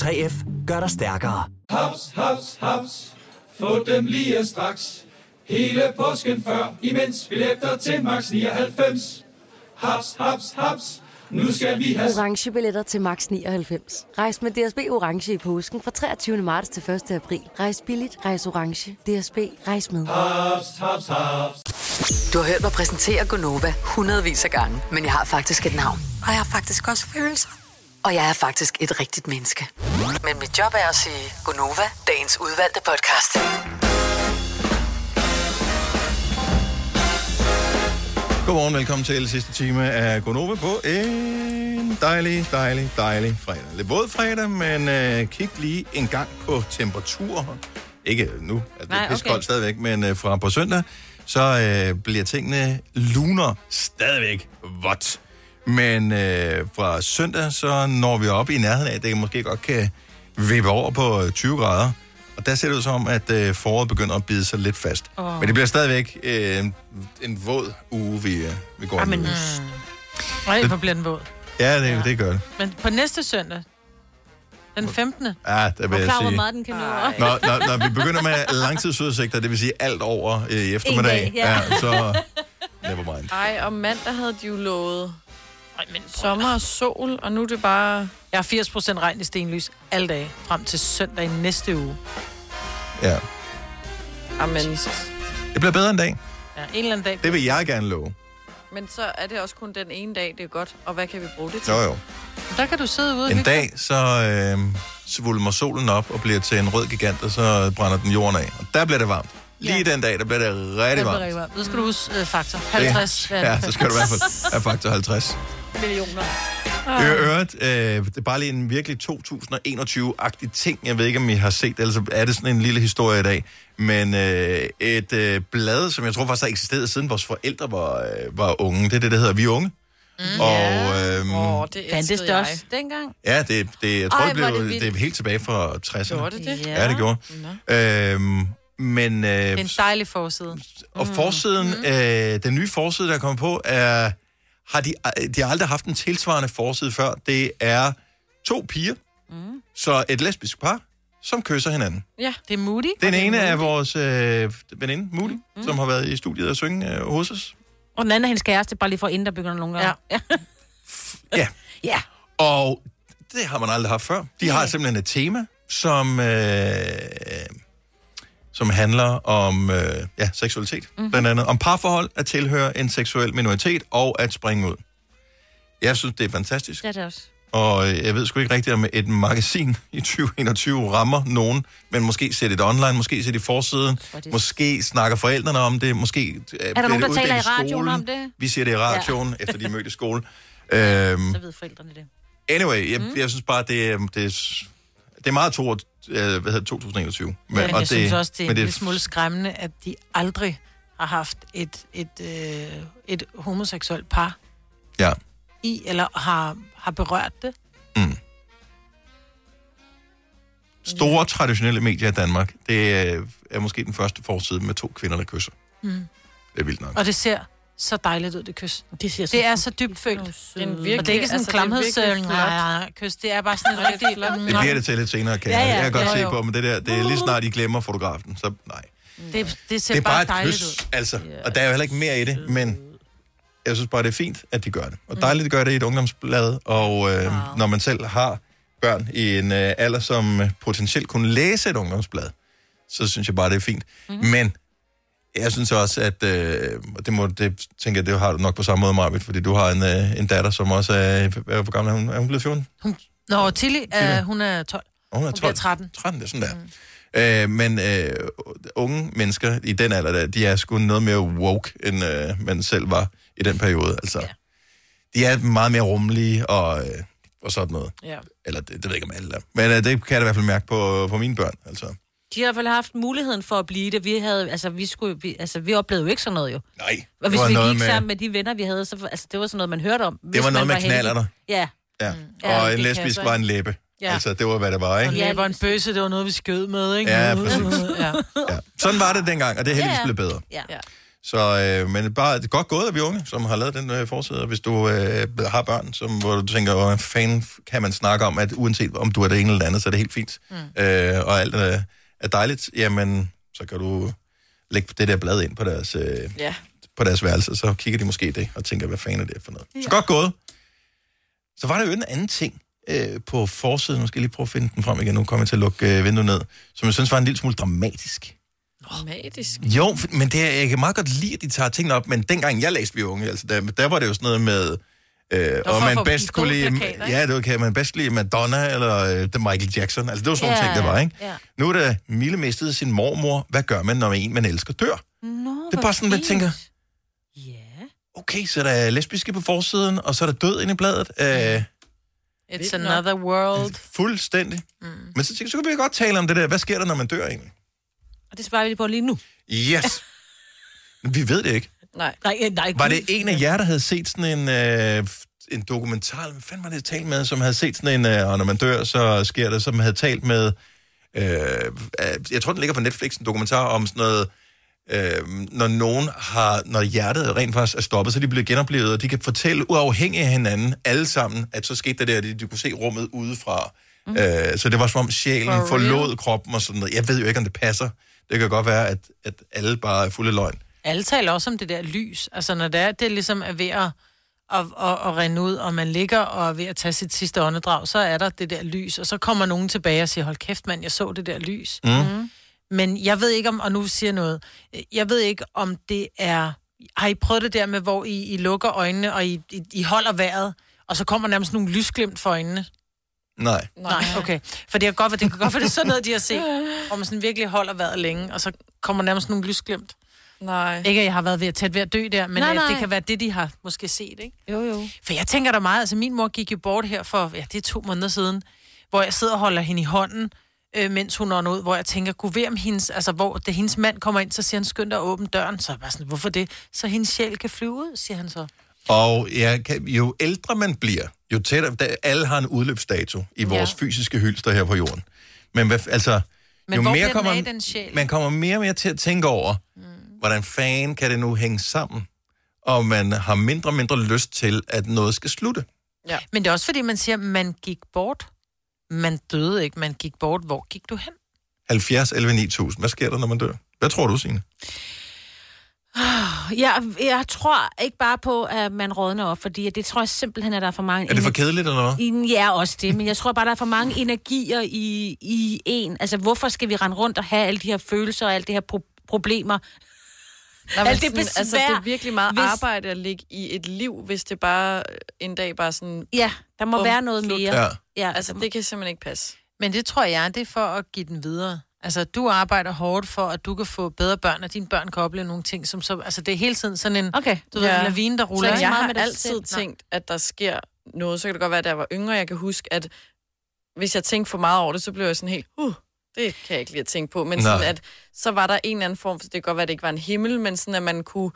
[SPEAKER 16] 3F gør dig stærkere.
[SPEAKER 17] Haps, haps, haps. Få dem lige straks. Hele påsken før, imens billetter til max 99. Haps, haps, haps. Nu skal vi have...
[SPEAKER 18] orange billetter til max 99. Rejs med DSB orange i påsken fra 23. marts til 1. april. Rejs billigt, rejs orange. DSB rejs med.
[SPEAKER 17] Haps, haps, haps.
[SPEAKER 5] Du har hørt mig præsentere Gonova hundredvis af gange, men jeg har faktisk et navn.
[SPEAKER 19] Og jeg har faktisk også følelser.
[SPEAKER 5] Og jeg er faktisk et rigtigt menneske. Men mit job er at sige Gonova, dagens udvalgte podcast.
[SPEAKER 1] Godmorgen, velkommen til sidste time af Gonova på en dejlig, dejlig, dejlig fredag. Lidt våd fredag, men øh, kig lige en gang på temperaturer. Ikke nu, at det
[SPEAKER 2] Nej,
[SPEAKER 1] er
[SPEAKER 2] okay.
[SPEAKER 1] pissekoldt okay. stadigvæk, men øh, fra på søndag, så øh, bliver tingene luner stadigvæk vådt. Men øh, fra søndag, så når vi op i nærheden af, at det måske godt kan vippe over på øh, 20 grader. Og der ser det ud som, at øh, foråret begynder at bide sig lidt fast.
[SPEAKER 2] Åh.
[SPEAKER 1] Oh. Men det bliver stadigvæk øh, en våd uge, vi, øh, vi går
[SPEAKER 3] Jamen,
[SPEAKER 1] imod.
[SPEAKER 3] mm. Ej, hvor bliver den våd.
[SPEAKER 1] Ja, det, ja, det gør det.
[SPEAKER 3] Men på næste søndag, den 15.
[SPEAKER 1] Ja, der vil jeg
[SPEAKER 3] klar, hvor
[SPEAKER 1] sige.
[SPEAKER 3] meget den kan nå. op.
[SPEAKER 1] Når, når, når vi begynder med langtidsudsigter, det vil sige alt over øh, i eftermiddag,
[SPEAKER 4] dag, ja.
[SPEAKER 1] så never mind.
[SPEAKER 4] Ej, og mandag havde de jo lovet Ej, men sommer og sol, og nu er det bare...
[SPEAKER 3] Jeg har 80% regn i stenlys alle dage, frem til søndag i næste uge.
[SPEAKER 1] Ja.
[SPEAKER 4] Amen.
[SPEAKER 1] Det bliver bedre en dag.
[SPEAKER 4] Ja, en eller anden dag.
[SPEAKER 1] Det vil jeg gerne love.
[SPEAKER 4] Men så er det også kun den ene dag, det er godt. Og hvad kan vi bruge det til?
[SPEAKER 1] Jo, jo.
[SPEAKER 3] Der kan du sidde ude og
[SPEAKER 1] En
[SPEAKER 3] hygge dig.
[SPEAKER 1] dag, så øh, svulmer solen op og bliver til en rød gigant, og så brænder den jorden af. Og der bliver det varmt. Lige den dag, der bliver det
[SPEAKER 3] Det
[SPEAKER 1] rigtig
[SPEAKER 3] bliver
[SPEAKER 1] varmt.
[SPEAKER 3] rigtig varmt. Nu skal du
[SPEAKER 2] Mm.
[SPEAKER 3] huske øh, faktor. 50. hvad er det?
[SPEAKER 1] Ja, så skal du i hvert fald have faktor 50.
[SPEAKER 3] Millioner.
[SPEAKER 1] I øvrigt, øh, det er bare lige en virkelig 2021-agtig ting, jeg ved ikke, om I har set, ellers er det sådan en lille historie i dag, men øh, et øh, blad, som jeg tror faktisk har eksisteret siden vores forældre var, øh, var unge, det er det, der hedder Vi Unge. Mm. Og øh, oh,
[SPEAKER 4] det
[SPEAKER 2] Fandtes det
[SPEAKER 4] jeg.
[SPEAKER 2] også dengang?
[SPEAKER 1] ja, det, det, jeg tror,
[SPEAKER 2] Ej,
[SPEAKER 1] Ej, det, blev,
[SPEAKER 2] hvor er det
[SPEAKER 1] det,
[SPEAKER 2] vildt.
[SPEAKER 1] det er helt tilbage fra 60'erne.
[SPEAKER 3] Gjorde det det?
[SPEAKER 1] Ja, ja det gjorde. Øhm, men, øh,
[SPEAKER 3] En dejlig forside.
[SPEAKER 1] og forsiden, mm. øh, den nye forside, der er kommet på, er, har de, øh, de har aldrig haft en tilsvarende forside før. Det er to piger, mm. så et lesbisk par, som kysser hinanden.
[SPEAKER 4] Ja,
[SPEAKER 3] det er Moody.
[SPEAKER 1] Den ene er vores øh, veninde, Moody, mm. som har været i studiet og synge øh, hos os.
[SPEAKER 2] Og den anden er hendes kæreste, bare lige for at inden, der bygger nogle gange. Ja.
[SPEAKER 1] Ja.
[SPEAKER 2] ja.
[SPEAKER 1] Og det har man aldrig haft før. De har simpelthen et tema, som, øh, som handler om øh, ja, seksualitet.
[SPEAKER 2] Mhm.
[SPEAKER 1] Mm-hmm. Blandt andet om parforhold, at tilhøre en seksuel minoritet og at springe ud. Jeg synes, det er fantastisk.
[SPEAKER 2] Det er det også.
[SPEAKER 1] Og øh, jeg ved sgu ikke rigtigt, om et magasin i 2021 rammer nogen, men måske ser det online, måske ser det i forsiden, måske snakker forældrene om det, måske øh,
[SPEAKER 2] Er der nogen, der taler i radioen om det?
[SPEAKER 1] Vi ser det i radioen, ja.
[SPEAKER 2] Ja.
[SPEAKER 1] efter de er mødt i skole. Øhm,
[SPEAKER 2] Så ved forældrene det.
[SPEAKER 1] anyway, jeg, mm. jeg synes bare, det, er- det, er- det er meget to, øh, hvad hedder det, 2021.
[SPEAKER 3] Men, men jeg
[SPEAKER 1] og
[SPEAKER 3] det, synes også, det er en
[SPEAKER 1] men
[SPEAKER 3] lille smule skræmmende, at de aldrig har haft et, et, øh, et homoseksuelt par
[SPEAKER 1] Ja.
[SPEAKER 3] i, eller har, har berørt det.
[SPEAKER 1] Store traditionelle medier i Danmark, det er, er måske den første forside med to kvinder, der kysser.
[SPEAKER 3] Mm.
[SPEAKER 1] Det er vildt nok.
[SPEAKER 3] Og det ser så dejligt ud, det kys.
[SPEAKER 2] Det, ser
[SPEAKER 3] det er så dybt følt.
[SPEAKER 4] er en
[SPEAKER 3] og det er ikke
[SPEAKER 4] virkelig-
[SPEAKER 3] sådan en
[SPEAKER 4] altså, det er
[SPEAKER 3] klamheds
[SPEAKER 4] virkelig flot.
[SPEAKER 3] nej, nej, nej, kys. Det er bare sådan en rigtig...
[SPEAKER 1] Det bliver det til lidt senere, kan
[SPEAKER 3] Ja,
[SPEAKER 1] ja, ja.
[SPEAKER 3] ja.
[SPEAKER 1] jeg kan godt
[SPEAKER 3] Jo,
[SPEAKER 1] se
[SPEAKER 3] jo. Uh.
[SPEAKER 1] på, men det der, det er lige snart, I glemmer fotografen, så nej.
[SPEAKER 3] Det, det ser
[SPEAKER 1] det er bare et
[SPEAKER 3] dejligt
[SPEAKER 1] kys,
[SPEAKER 3] ud.
[SPEAKER 1] altså. Og der er jo heller ikke mere i det, men jeg synes bare, det er fint, at de gør det.
[SPEAKER 3] Mm.
[SPEAKER 1] Og dejligt, at de gør det i et ungdomsblad, og øh, wow. når man selv har børn i en øh, alder, som øh, potentielt kunne læse et ungdomsblad, så synes jeg bare, det er fint. Mm.
[SPEAKER 3] Mhm.
[SPEAKER 1] Men jeg synes også, at øh, og det må, det tænker jeg, det har du nok på samme måde, Marvitt, fordi du har en, øh, en datter, som også er, hvor gammel er hun? Er hun blevet 14?
[SPEAKER 3] Nå, Tilly, øh, hun er 12.
[SPEAKER 1] Og hun er 12.
[SPEAKER 3] bliver 13.
[SPEAKER 1] 13, det er sådan der. Mm. Øh, men øh, unge mennesker i den alder, der, de er sgu noget mere woke, end øh, man selv var i den periode. Altså, ja. De er meget mere rummelige, og øh, og sådan noget.
[SPEAKER 2] Ja.
[SPEAKER 1] Eller det, det ved jeg ikke om alle er. Men øh, det kan jeg da i hvert fald mærke på, på mine børn, altså.
[SPEAKER 2] De har i hvert fald haft muligheden for at blive det. Vi, havde, altså, vi, skulle, vi, altså, vi oplevede jo ikke sådan noget, jo.
[SPEAKER 1] Nej.
[SPEAKER 2] Og hvis
[SPEAKER 1] var
[SPEAKER 2] vi
[SPEAKER 1] noget
[SPEAKER 2] gik
[SPEAKER 1] med-
[SPEAKER 2] med... sammen med de venner, vi havde, så altså, det var sådan noget, man hørte om.
[SPEAKER 1] var noget med
[SPEAKER 2] knaller
[SPEAKER 1] knallerter.
[SPEAKER 2] Ja.
[SPEAKER 1] Ja.
[SPEAKER 2] Mm. Ja,
[SPEAKER 1] Og
[SPEAKER 2] det
[SPEAKER 1] en
[SPEAKER 2] kan jeg
[SPEAKER 1] lesbisk
[SPEAKER 2] så
[SPEAKER 1] var en
[SPEAKER 2] ikke.
[SPEAKER 1] læbe.
[SPEAKER 2] Ja.
[SPEAKER 1] Altså, det var, hvad det var,
[SPEAKER 3] Og
[SPEAKER 1] ikke?
[SPEAKER 3] læber og en bøsse, det var noget, vi skød med, ikke?
[SPEAKER 1] Ja, præcis.
[SPEAKER 3] Ja.
[SPEAKER 1] Sådan var det dengang, og det er heldigvis
[SPEAKER 3] Ja, ja.
[SPEAKER 1] blevet bedre.
[SPEAKER 2] Ja. ja.
[SPEAKER 1] Så, øh, men bare det er godt gået af vi unge, som har lavet den øh, forside. Hvis du øh, har børn, som, hvor du tænker, hvad fanden kan man snakke om, at uanset om du er det ene eller det andet, så er det helt fint. Mm. Øh, og alt øh, er dejligt, jamen, så kan du lægge det der blad ind på deres, øh,
[SPEAKER 4] Ja.
[SPEAKER 1] på deres værelse, så kigger de måske i det og tænker, hvad fanden er det for noget. Så godt gået. Så var der jo en anden ting øh, på forsiden, nu skal jeg lige prøve at finde den frem igen, nu kommer jeg til at lukke øh, vinduet ned, som jeg synes var en lille smule dramatisk.
[SPEAKER 4] Dramatisk.
[SPEAKER 1] Jo, f- men det, er- jeg kan meget godt lide, at de tager tingene op, men dengang jeg læste Vi Unge, altså, der, der var det jo sådan noget med, øh,
[SPEAKER 4] for
[SPEAKER 1] og
[SPEAKER 4] at
[SPEAKER 1] man
[SPEAKER 4] få
[SPEAKER 1] bedst
[SPEAKER 4] de
[SPEAKER 1] kunne
[SPEAKER 4] gode
[SPEAKER 1] lide,
[SPEAKER 4] plakater, ikke?
[SPEAKER 1] ja, det var, kan man bedst kunne lide Madonna eller øh, det Michael Jackson, altså det var sådan yeah.
[SPEAKER 4] Ja,
[SPEAKER 1] ting, der var, ikke?
[SPEAKER 4] ja.
[SPEAKER 1] Nu er det, Mille mistede sin mormor, hvad gør man, når en, man elsker, dør?
[SPEAKER 2] Nå,
[SPEAKER 1] Det er
[SPEAKER 2] hvor
[SPEAKER 1] bare sådan, man
[SPEAKER 2] fint.
[SPEAKER 1] tænker, okay, så der er lesbiske på forsiden, og så er der død inde i bladet, øh,
[SPEAKER 3] It's another world.
[SPEAKER 1] fuldstændig. Mm. Men så tænker jeg, så kan vi godt tale om det der, hvad sker der, når man dør egentlig?
[SPEAKER 2] Og det sparer vi lige på lige nu.
[SPEAKER 1] Yes! vi ved det ikke.
[SPEAKER 4] Nej.
[SPEAKER 2] Nej, øh, nej.
[SPEAKER 1] Var
[SPEAKER 2] gud.
[SPEAKER 1] det en af jer, der havde set sådan en, øh, f- en dokumentar, eller hvad fanden var det, jeg talte med, som havde set sådan en, øh, og når man dør, så sker det, som havde talt med, øh, øh, jeg tror, den ligger på Netflix, en dokumentar om sådan noget, øh, når nogen har, når hjertet rent faktisk er stoppet, så er de bliver genoplevet, og de kan fortælle uafhængigt af hinanden, alle sammen, at så skete det der, de, de kunne se rummet udefra. Mm. Øh, så det var som om sjælen
[SPEAKER 4] For
[SPEAKER 1] forlod kroppen og sådan noget. Jeg ved jo ikke, om det passer. Det kan godt være, at, at alle bare er fulde af løgn.
[SPEAKER 3] Alle taler også om det der lys. Altså, når det er, det ligesom er ved at, at, at, at rende ud, og man ligger og er ved at tage sit sidste åndedrag, så er der det der lys, og så kommer nogen tilbage og siger, hold kæft mand, jeg så det der lys.
[SPEAKER 7] Mm.
[SPEAKER 3] Mm. Men jeg ved ikke om, og nu siger jeg noget, jeg ved ikke om det er, har I prøvet det der med, hvor I, I lukker øjnene, og I, I, I holder vejret, og så kommer nærmest nogle lysglimt for øjnene?
[SPEAKER 1] Nej.
[SPEAKER 3] Nej, okay. For det, er godt, for det kan godt være, det er sådan noget, de har set, hvor man sådan virkelig holder vejret længe, og så kommer nærmest nogle lysglimt.
[SPEAKER 4] Nej.
[SPEAKER 3] Ikke, at jeg har været ved at tæt ved at dø der, men
[SPEAKER 4] Nej,
[SPEAKER 3] nej, nej.
[SPEAKER 4] nej.
[SPEAKER 3] det kan være det, de har måske set, ikke?
[SPEAKER 2] Jo, jo.
[SPEAKER 3] For jeg tænker da meget, altså min mor gik jo bort her for, ja, det er to måneder siden, hvor jeg sidder og holder hende i hånden, øh, mens hun ånder ud, hvor jeg tænker, gud ved om hendes, altså hvor det, hendes mand kommer ind, så siger han, skynd dig at åbne døren, så er jeg bare sådan, hvorfor det? Så hendes sjæl kan flyve ud, siger han så.
[SPEAKER 1] Og ja, kan, jo ældre man bliver, jo tættere... Da, alle har en udløbsdato i vores ja. fysiske hylster her på jorden. Men hvad, f- altså,
[SPEAKER 3] Men
[SPEAKER 1] jo
[SPEAKER 3] hvor
[SPEAKER 1] mere
[SPEAKER 3] bliver
[SPEAKER 1] kommer,
[SPEAKER 3] den af, den sjæl?
[SPEAKER 1] man kommer mere og mere til at tænke over, mm. hvordan fanden kan det nu hænge sammen? Og man har mindre og mindre lyst til, at noget skal slutte.
[SPEAKER 3] Ja. Men det er også fordi, man siger, man gik bort. Man døde ikke, man gik bort. Hvor gik du hen?
[SPEAKER 1] 70, 11, 9000. Hvad sker der, når man dør? Hvad tror du, Signe?
[SPEAKER 2] Jeg, jeg tror ikke bare på, at man rådner op, fordi det tror jeg simpelthen, at der er for mange...
[SPEAKER 1] Er det for
[SPEAKER 2] energi-
[SPEAKER 1] kedeligt, eller hvad?
[SPEAKER 2] I- Ja, også det, men jeg tror bare, der er for mange energier i, i en. Altså, hvorfor skal vi rende rundt og have alle de her følelser og alle de her pro- problemer?
[SPEAKER 4] Nej, men
[SPEAKER 2] alt det
[SPEAKER 4] sådan,
[SPEAKER 2] besvær.
[SPEAKER 4] altså, det er virkelig meget hvis...
[SPEAKER 2] hvis-
[SPEAKER 4] arbejde at ligge i et liv, hvis det bare øh, en dag bare sådan...
[SPEAKER 2] Ja, der må være noget mere. Ja.
[SPEAKER 4] ja. Altså, det kan simpelthen ikke passe.
[SPEAKER 3] Men det tror jeg, det er for at give den videre. Altså, du arbejder hårdt for, at du kan få bedre børn, og dine børn kan opleve nogle ting, som så... Altså, det er hele tiden sådan en, okay. du ved, en lavine, der ruller.
[SPEAKER 4] Så jeg har altid tænkt, at der sker noget. Så kan det godt være, at jeg var yngre. Jeg kan huske, at hvis jeg tænkte for meget over det, så blev jeg sådan helt, uh, det kan jeg ikke lige at tænke på. Men
[SPEAKER 7] Nej.
[SPEAKER 4] sådan, at så var der en eller anden form, for det kan godt være, at det ikke var en himmel, men sådan, at man kunne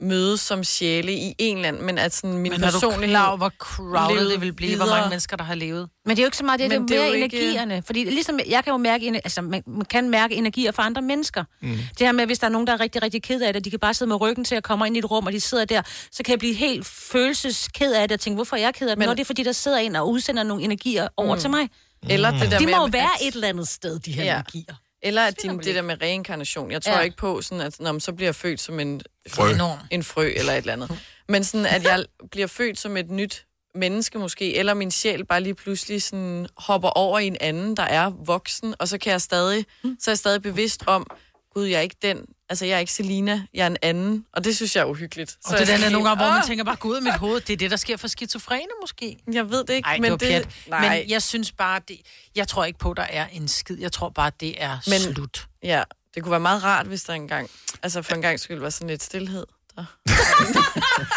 [SPEAKER 4] mødes som sjæle i en eller anden, men at sådan min
[SPEAKER 3] Men er du
[SPEAKER 4] personlighed...
[SPEAKER 3] klar over, hvor crowded
[SPEAKER 4] levede
[SPEAKER 3] det ville blive, hvor
[SPEAKER 4] videre?
[SPEAKER 3] mange mennesker, der har levet?
[SPEAKER 2] Men det er jo ikke så meget det, det er,
[SPEAKER 3] Men
[SPEAKER 2] det er mere
[SPEAKER 3] jo
[SPEAKER 2] ikke... energierne. Fordi ligesom, jeg kan jo mærke, ener- altså, man, man kan mærke energier fra andre mennesker. Mm.
[SPEAKER 3] Mm.
[SPEAKER 2] Det her med, hvis der er nogen, der er rigtig, rigtig ked af det, og de kan bare sidde med ryggen til at komme ind i et rum, og de sidder der, så kan jeg blive helt følelsesked af det, og tænke, hvorfor er jeg ked af det? Men... Nå, det er fordi, der sidder en og udsender nogle energier over
[SPEAKER 4] Mm.
[SPEAKER 2] til mig.
[SPEAKER 4] Eller det der
[SPEAKER 2] de
[SPEAKER 4] med,
[SPEAKER 2] må jo
[SPEAKER 4] at-
[SPEAKER 2] være et eller andet sted, de her
[SPEAKER 4] Ja.
[SPEAKER 2] energier.
[SPEAKER 4] Eller at din, det der med reinkarnation. Jeg tror
[SPEAKER 2] Ja.
[SPEAKER 4] ja. ikke på, sådan at når man så bliver jeg født som en
[SPEAKER 2] Frø.
[SPEAKER 4] en frø eller et eller andet. Men sådan, at jeg bliver født som et nyt menneske måske, eller min sjæl bare lige pludselig sådan hopper over i en anden, der er voksen, og så kan jeg stadig, så er jeg stadig bevidst om, gud, jeg er ikke den, altså jeg er ikke Selina, jeg er en anden, og det synes jeg er uhyggeligt. Så
[SPEAKER 3] Og det er
[SPEAKER 4] jeg
[SPEAKER 3] den der
[SPEAKER 4] sådan
[SPEAKER 3] nogle gange, hvor man
[SPEAKER 4] "Åh!"
[SPEAKER 3] tænker bare, gud, mit hoved, det er det, der sker for skizofrene måske.
[SPEAKER 4] Jeg ved det ikke,
[SPEAKER 3] Ej,
[SPEAKER 4] men
[SPEAKER 3] det, var
[SPEAKER 4] det-
[SPEAKER 3] pjat.
[SPEAKER 4] nej.
[SPEAKER 3] Men jeg synes bare, det, jeg tror ikke på, der er en skid. Jeg tror bare, det er
[SPEAKER 4] Men-
[SPEAKER 3] men, slut.
[SPEAKER 4] Ja, det kunne være meget rart, hvis der engang, altså for en gang skyld var sådan lidt stillhed. Der.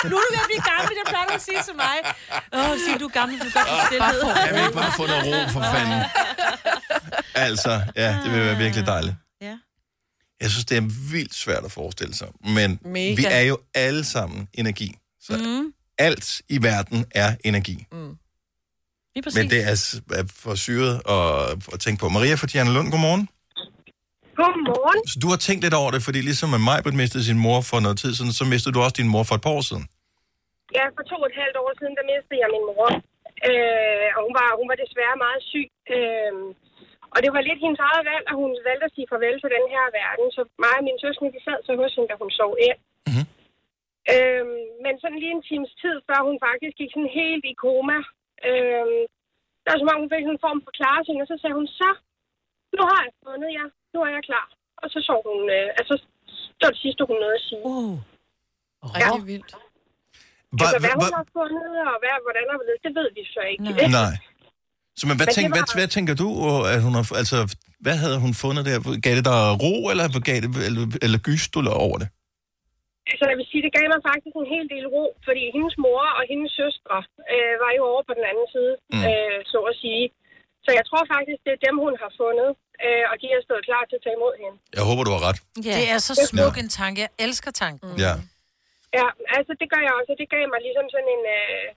[SPEAKER 2] nu er du ved at blive gammel, det plejer du at sige til mig. Åh, oh, sig, du er gammel, du gør det stillhed.
[SPEAKER 1] Kan vi ikke bare få noget ro for fanden? Altså, ja, det vil være virkelig dejligt.
[SPEAKER 2] Ja.
[SPEAKER 1] Jeg synes, det er vildt svært at forestille sig. Men
[SPEAKER 2] Mega.
[SPEAKER 1] Mega. vi er jo alle sammen energi. Så
[SPEAKER 2] Mm,
[SPEAKER 1] alt i verden er energi.
[SPEAKER 2] lige præcis.
[SPEAKER 1] Men det er s- er for syret at, at tænke på. Maria fra Tjerne Lund, godmorgen.
[SPEAKER 7] Godmorgen.
[SPEAKER 1] Så du har tænkt lidt over det, fordi ligesom at Majbert mistede sin mor for noget tid siden, så mistede du også din mor for et par år siden.
[SPEAKER 7] Ja, for to og et halvt år siden, der mistede jeg min mor. Øh, og hun var, hun var desværre meget syg. Øh, og det var lidt hendes eget valg, at hun valgte at sige farvel til den her verden. Så mig og min søskende, de sad så hos hende, da hun sov ind. Mm-hmm. Øh, men sådan lige en times tid, før hun faktisk gik sådan helt i koma, øh, der var som om, hun fik sådan en form for klarsyn, og så sagde hun, så, nu har jeg fundet jer, nu er jeg klar. Og så sov hun, øh, altså, det var det sidste, hun nåede at sige.
[SPEAKER 2] Uh.
[SPEAKER 7] Oh. Ja. Det er vildt. Hva, altså, hvad hun har fundet, og hvad, hvordan har det, det ved vi så ikke.
[SPEAKER 1] Nej. Så men
[SPEAKER 7] Men
[SPEAKER 1] hvad,
[SPEAKER 7] det
[SPEAKER 1] tænk,
[SPEAKER 7] var-
[SPEAKER 1] hvad, hvad tænker du, og at hun har, altså, hvad havde hun fundet der? Gav det dig ro, eller, gav det, eller, eller gyste du over det?
[SPEAKER 7] Altså, jeg vil sige, det gav mig faktisk en hel del ro, fordi hendes mor og hendes søstre øh, var jo over på den anden side, mm. øh, så at sige. Så jeg tror faktisk, det er dem, hun har fundet, øh, og de har stået klar til at tage imod hende.
[SPEAKER 1] Jeg håber, du har ret.
[SPEAKER 3] Ja. Det er så smuk en tanke. Jeg elsker tanken.
[SPEAKER 2] Mm.
[SPEAKER 1] Ja.
[SPEAKER 7] Ja, altså, det gør jeg også, og det gav mig ligesom sådan en... Øh,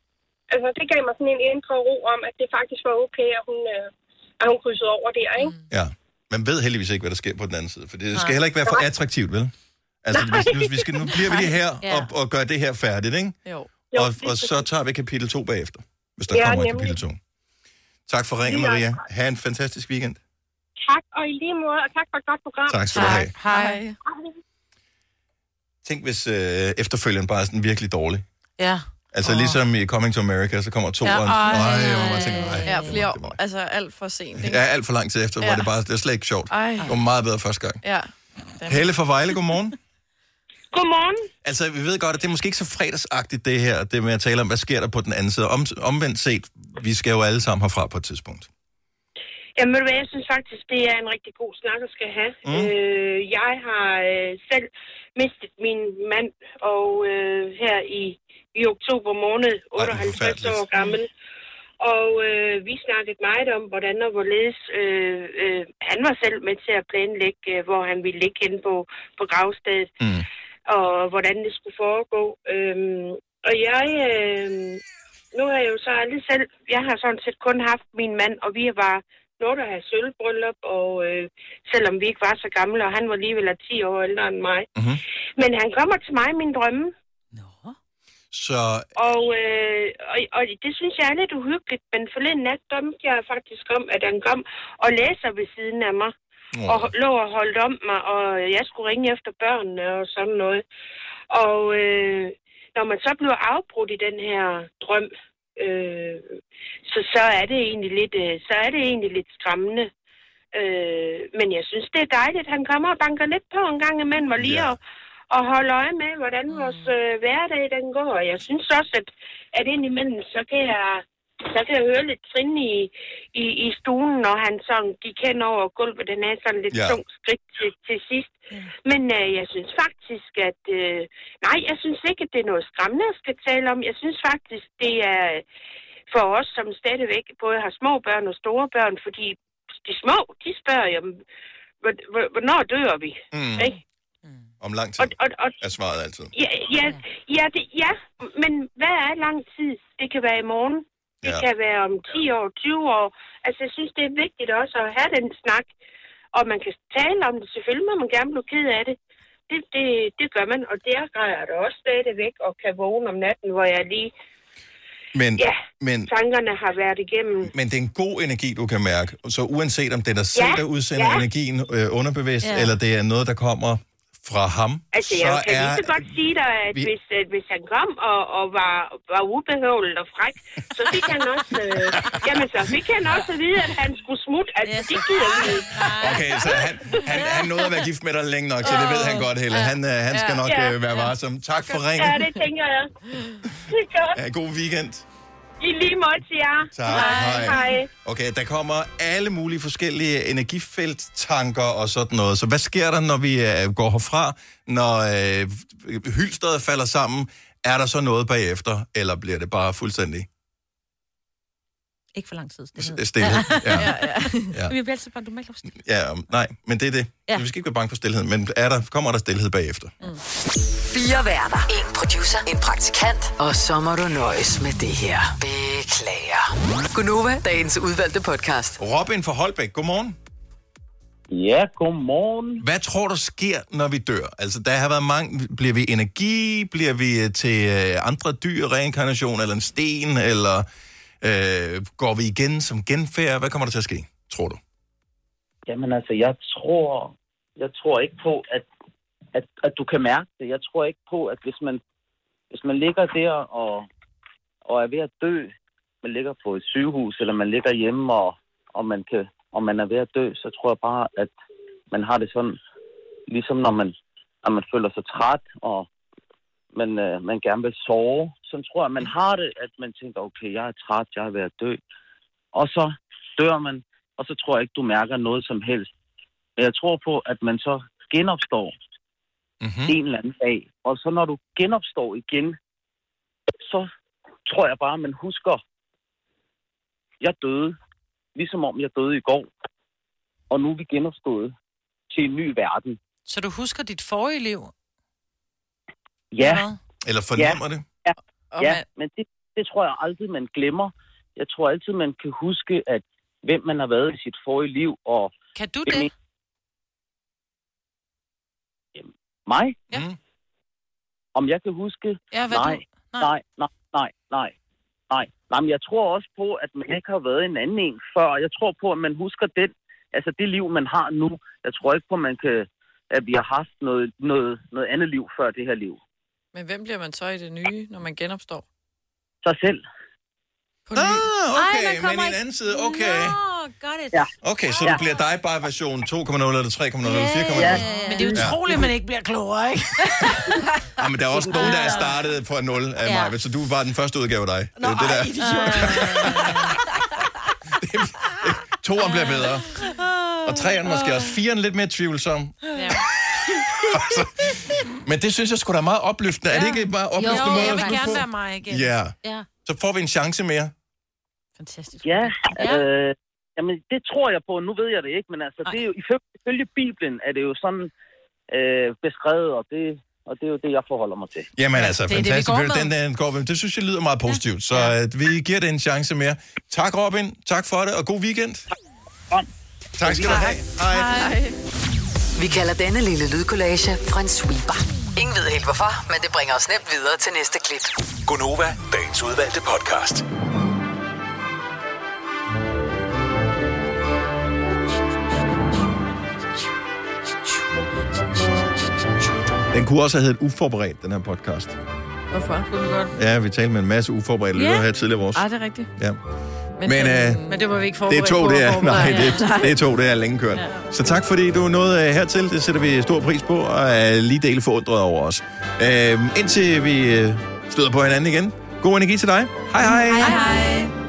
[SPEAKER 7] altså, det gav mig sådan en indre ro om, at det faktisk var okay, at hun, øh, at hun krydsede over der, ikke?
[SPEAKER 1] Ja. Man ved heldigvis ikke, hvad der sker på den anden side, for det
[SPEAKER 7] Nej.
[SPEAKER 1] skal heller ikke være for
[SPEAKER 7] Nej.
[SPEAKER 1] attraktivt, vel? Altså,
[SPEAKER 7] Nej.
[SPEAKER 1] hvis, nu, vi skal, nu bliver vi lige her
[SPEAKER 7] Ja.
[SPEAKER 1] og, og gør det her færdigt, ikke?
[SPEAKER 7] Jo.
[SPEAKER 1] Og, og så tager vi kapitel 2 bagefter, hvis der
[SPEAKER 7] Ja,
[SPEAKER 1] kommer et
[SPEAKER 7] nemlig.
[SPEAKER 1] kapitel 2. Tak for ringen,
[SPEAKER 7] Lige
[SPEAKER 1] Maria. Ha' en fantastisk weekend.
[SPEAKER 7] Tak, og i lige måde, og tak for et godt program.
[SPEAKER 1] Tak skal du Tak. have.
[SPEAKER 7] Hej.
[SPEAKER 1] Tænk, hvis øh, efterfølgeren bare er sådan virkelig dårlig.
[SPEAKER 3] Ja.
[SPEAKER 1] Altså, oh. ligesom i Coming to America, så kommer to ja, og... Ej, hvor man tænker, nej.
[SPEAKER 4] Ja, flere år. Altså alt for sent. Ikke?
[SPEAKER 1] Ja, alt for lang tid efter, ja.
[SPEAKER 4] Ja.
[SPEAKER 1] var det bare det var slet ikke sjovt.
[SPEAKER 4] Ej.
[SPEAKER 1] Det var meget bedre første gang.
[SPEAKER 4] Ja.
[SPEAKER 1] Helle fra Vejle, godmorgen.
[SPEAKER 7] Godmorgen.
[SPEAKER 1] Altså, vi ved godt, at det er måske ikke så fredagsagtigt, det her, det med at tale om, hvad sker der på den anden side. Om, omvendt set, vi skal jo alle sammen herfra på et tidspunkt.
[SPEAKER 20] Jamen, ved du hvad, jeg synes faktisk, det er en rigtig god snak at skal have.
[SPEAKER 1] Mm.
[SPEAKER 20] Mm. Øh, jeg har øh, selv mistet min mand, og øh, her i, i oktober måned, 58 år gammel. Og øh, vi snakkede meget om, hvordan og hvorledes øh, øh, han var selv med til at planlægge, øh, hvor han ville ligge henne på, på gravstedet, mm. og hvordan det skulle foregå. Øhm, og jeg... Øh, nu har jeg jo så aldrig selv... Jeg har sådan set kun haft min mand, og vi var nået at have sølvbryllup, og øh, selvom vi ikke var så gamle, og han var alligevel er 10 år ældre end mig.
[SPEAKER 1] Mm-hmm.
[SPEAKER 20] Men han kommer til mig i min drømme,
[SPEAKER 1] Så
[SPEAKER 20] og, øh, og, og det synes jeg er lidt uhyggeligt, men forleden nat drømte jeg faktisk om, at han kom og læser ved siden af mig,
[SPEAKER 1] mm,
[SPEAKER 21] Nå.
[SPEAKER 20] og ho- lå og holdt om mig, og jeg skulle ringe efter børnene og sådan noget. Og øh, når man så bliver afbrudt i den her drøm, øh, så, så er det egentlig lidt, øh, så er det egentlig lidt skræmmende. Øh, men jeg synes, det er dejligt. Han kommer og banker lidt på en gang imellem, og lige og, og holde øje med, hvordan vores øh, hverdag den går. Og jeg synes også, at, at indimellem, så kan jeg, så kan jeg høre lidt trin i, i, i stuen, når han sådan gik hen over gulvet. Den er sådan lidt
[SPEAKER 22] Ja.
[SPEAKER 20] ja. tung skridt til, til sidst. Men øh, jeg synes faktisk, at... Øh, nej, jeg synes ikke, at det er noget skræmmende, jeg skal tale om. Jeg synes faktisk, det er øh, for os, som stadigvæk både har små børn og store børn, fordi de små, de spørger jo, "Hvor- hvor- hvornår dør vi?
[SPEAKER 1] Mm.
[SPEAKER 20] Ikke?
[SPEAKER 1] om lang tid
[SPEAKER 20] og, og,
[SPEAKER 1] er svaret altid.
[SPEAKER 20] Ja, ja, ja, det, ja, men hvad er lang tid? Det kan være i morgen, det
[SPEAKER 1] Ja.
[SPEAKER 20] ja. kan være om 10 år, 20 år. Altså, jeg synes, det er vigtigt også at have den snak, og man kan tale om det. Selvfølgelig må man gerne blive ked af det. Det, det, det gør man, og der græder jeg da også stadigvæk, og kan vågne om natten, hvor jeg lige,
[SPEAKER 1] Men,
[SPEAKER 20] ja,
[SPEAKER 1] men,
[SPEAKER 20] tankerne har været igennem.
[SPEAKER 1] men det er en god energi, du kan mærke. Så uanset om det er dig selv,
[SPEAKER 20] Ja,
[SPEAKER 1] der udsender
[SPEAKER 20] ja.
[SPEAKER 1] energien øh, underbevidst,
[SPEAKER 20] Ja.
[SPEAKER 1] eller det er noget, der kommer fra ham,
[SPEAKER 20] Altså, jeg
[SPEAKER 1] så
[SPEAKER 20] kan
[SPEAKER 1] er...
[SPEAKER 20] lige så godt sige dig, at
[SPEAKER 1] vi-
[SPEAKER 20] vi... hvis, at hvis han kom og, og var, var ubehøvlet og fræk, så fik han også... Øh, jamen, så fik han også at vide, at han skulle smutte. Altså, det gider vi ikke.
[SPEAKER 1] Okay, så han, han, han nåede at være gift med dig længe nok, så det ved han godt, Helle. Han, øh, han skal nok
[SPEAKER 20] Ja.
[SPEAKER 1] øh, være varsom. Tak for
[SPEAKER 20] Ja,
[SPEAKER 1] ringen.
[SPEAKER 20] det tænker jeg. Det er godt.
[SPEAKER 1] Ja, god weekend.
[SPEAKER 7] I lige måde til jer.
[SPEAKER 1] Tak. Hej. Okay, der kommer alle mulige forskellige energifelttanker og sådan noget. Så hvad sker der, når vi øh, går herfra? Når øh, hyldstedet falder sammen, er der så noget bagefter, eller bliver det bare fuldstændig
[SPEAKER 2] Ikke for lang tid.
[SPEAKER 1] S- stillhed, ja.
[SPEAKER 2] ja, ja.
[SPEAKER 1] Ja.
[SPEAKER 2] ja. Vi bliver altid bare, du må ikke lave stille.
[SPEAKER 1] Ja, um, nej, men det er det.
[SPEAKER 2] Ja.
[SPEAKER 1] Ja. Vi skal ikke være bange for stillheden, men er der, kommer der stillhed bagefter?
[SPEAKER 5] Fire værter. En producer. En praktikant. Og så må du nøjes med det her. Beklager. Gunova, dagens udvalgte podcast.
[SPEAKER 1] Robin fra Holbæk, godmorgen.
[SPEAKER 8] Ja, godmorgen.
[SPEAKER 1] Hvad tror du sker, når vi dør? Altså, der har været mange... Bliver vi energi? Bliver vi øh, til øh, andre dyr, reinkarnation eller en sten? Eller øh, går vi igen som genfærd? Hvad kommer der til at ske, tror du?
[SPEAKER 8] Jamen altså, jeg tror, jeg tror ikke på, at, at, at du kan mærke det. Jeg tror ikke på, at hvis man, hvis man ligger der og, og er ved at dø, man ligger på et sygehus, eller man ligger hjemme, og, og, man, kan, og man er ved at dø, så tror jeg bare, at man har det sådan, ligesom når man, når man føler sig træt, og man, øh, man gerne vil sove. Så tror jeg, man har det, at man tænker, okay, jeg er træt, jeg er ved at dø. Og så dør man, og så tror jeg ikke, du mærker noget som helst. Men jeg tror på, at man så genopstår mm-hmm. en eller anden dag. Og så når du genopstår igen, så tror jeg bare, at man husker, jeg døde, ligesom om jeg døde i går. Og nu er vi genopstået til en ny verden.
[SPEAKER 3] Så du husker dit forrige liv?
[SPEAKER 8] Ja.
[SPEAKER 1] Eller fornemmer
[SPEAKER 8] ja.
[SPEAKER 1] det?
[SPEAKER 8] Ja,
[SPEAKER 3] Og
[SPEAKER 8] ja
[SPEAKER 3] man-
[SPEAKER 8] men det, det tror jeg aldrig, man glemmer. Jeg tror altid, man kan huske, at hvem man har været i sit forrige liv. Og
[SPEAKER 3] Kan du
[SPEAKER 8] hvem
[SPEAKER 3] det?
[SPEAKER 8] en- Jamen, Mig?
[SPEAKER 3] Ja.
[SPEAKER 1] Mm.
[SPEAKER 8] Om jeg kan huske?
[SPEAKER 3] Ja, hvad
[SPEAKER 8] nej,
[SPEAKER 3] du-
[SPEAKER 8] nej, nej, nej, nej, nej. Nej, nej men jeg tror også på, at man ikke har været en anden en før. Jeg tror på, at man husker den, altså det liv, man har nu. Jeg tror ikke på, at man kan, at vi har haft noget, noget, noget andet liv før det her liv.
[SPEAKER 4] Men hvem bliver man så i det nye, når man genopstår?
[SPEAKER 8] Sig selv.
[SPEAKER 4] På ah,
[SPEAKER 1] okay, Ej, men i en anden side, okay.
[SPEAKER 2] Nå, got it.
[SPEAKER 8] Ja.
[SPEAKER 1] Okay, så ja. det bliver dig bare version 2,0 eller 3,0 eller 4,0.
[SPEAKER 3] Men det er utroligt, at man ikke bliver klogere, ikke?
[SPEAKER 1] Ja, Ah, men der er også nogen, der er startet fra 0 af
[SPEAKER 3] Ja.
[SPEAKER 1] mig, så du var den første udgave af dig. Nå, det, er
[SPEAKER 3] ej,
[SPEAKER 1] det der. Toeren bliver bedre. Og treeren måske også. Firen lidt mere tvivlsom. Altså,
[SPEAKER 2] Ja.
[SPEAKER 1] Men det synes jeg sgu da er meget opløftende. Ja. Er det ikke en meget opløftende
[SPEAKER 3] jo,
[SPEAKER 1] måde?
[SPEAKER 3] jeg vil
[SPEAKER 1] at slutte
[SPEAKER 3] gerne
[SPEAKER 1] på?
[SPEAKER 3] være mig igen.
[SPEAKER 1] Ja.
[SPEAKER 2] ja.
[SPEAKER 1] Så får vi en chance mere.
[SPEAKER 2] Fantastisk.
[SPEAKER 8] Ja, øh, jamen det tror jeg på. Nu ved jeg det ikke, men altså, det er jo, ifølge, ifølge Bibelen er det jo sådan øh, beskrevet, og det, og det er jo det, jeg forholder mig til.
[SPEAKER 1] Jamen altså,
[SPEAKER 8] det er
[SPEAKER 1] det
[SPEAKER 8] det, vi
[SPEAKER 1] fantastisk.
[SPEAKER 8] går
[SPEAKER 1] Det, det,
[SPEAKER 8] med.
[SPEAKER 1] den, den går med. det synes jeg lyder meget positivt. Så øh, vi giver det en chance mere. Tak Robin, tak for det, og god weekend. Tak skal du have. Hej.
[SPEAKER 5] Hej. Vi kalder denne lille lydkollage en sweeper. Ingen ved helt hvorfor, men det bringer os nemt videre til næste klip.
[SPEAKER 6] Gunova, dagens udvalgte podcast.
[SPEAKER 1] Den kunne også have heddet uforberedt, den her podcast.
[SPEAKER 4] Hvorfor? Kunne du godt?
[SPEAKER 1] Ja, vi talte med en masse uforberedte
[SPEAKER 4] Ja.
[SPEAKER 1] yeah. lyttere her tidligere vores.
[SPEAKER 4] Ah, det er rigtigt.
[SPEAKER 1] Ja.
[SPEAKER 4] Men,
[SPEAKER 1] Men,
[SPEAKER 4] men,
[SPEAKER 1] øh,
[SPEAKER 4] men det var vi ikke
[SPEAKER 1] Det
[SPEAKER 4] forberedt
[SPEAKER 1] er to,
[SPEAKER 4] på at
[SPEAKER 1] det er.
[SPEAKER 4] forberede.
[SPEAKER 1] Nej, det,
[SPEAKER 4] Ja.
[SPEAKER 1] det er to, det er længe kørt. Så tak, fordi du nåede øh, hertil. Det sætter vi stor pris på, og er lige del forundret over os. Øhm, indtil vi øh, støder på hinanden igen. God energi til dig. Hej hej.
[SPEAKER 5] Hej hej.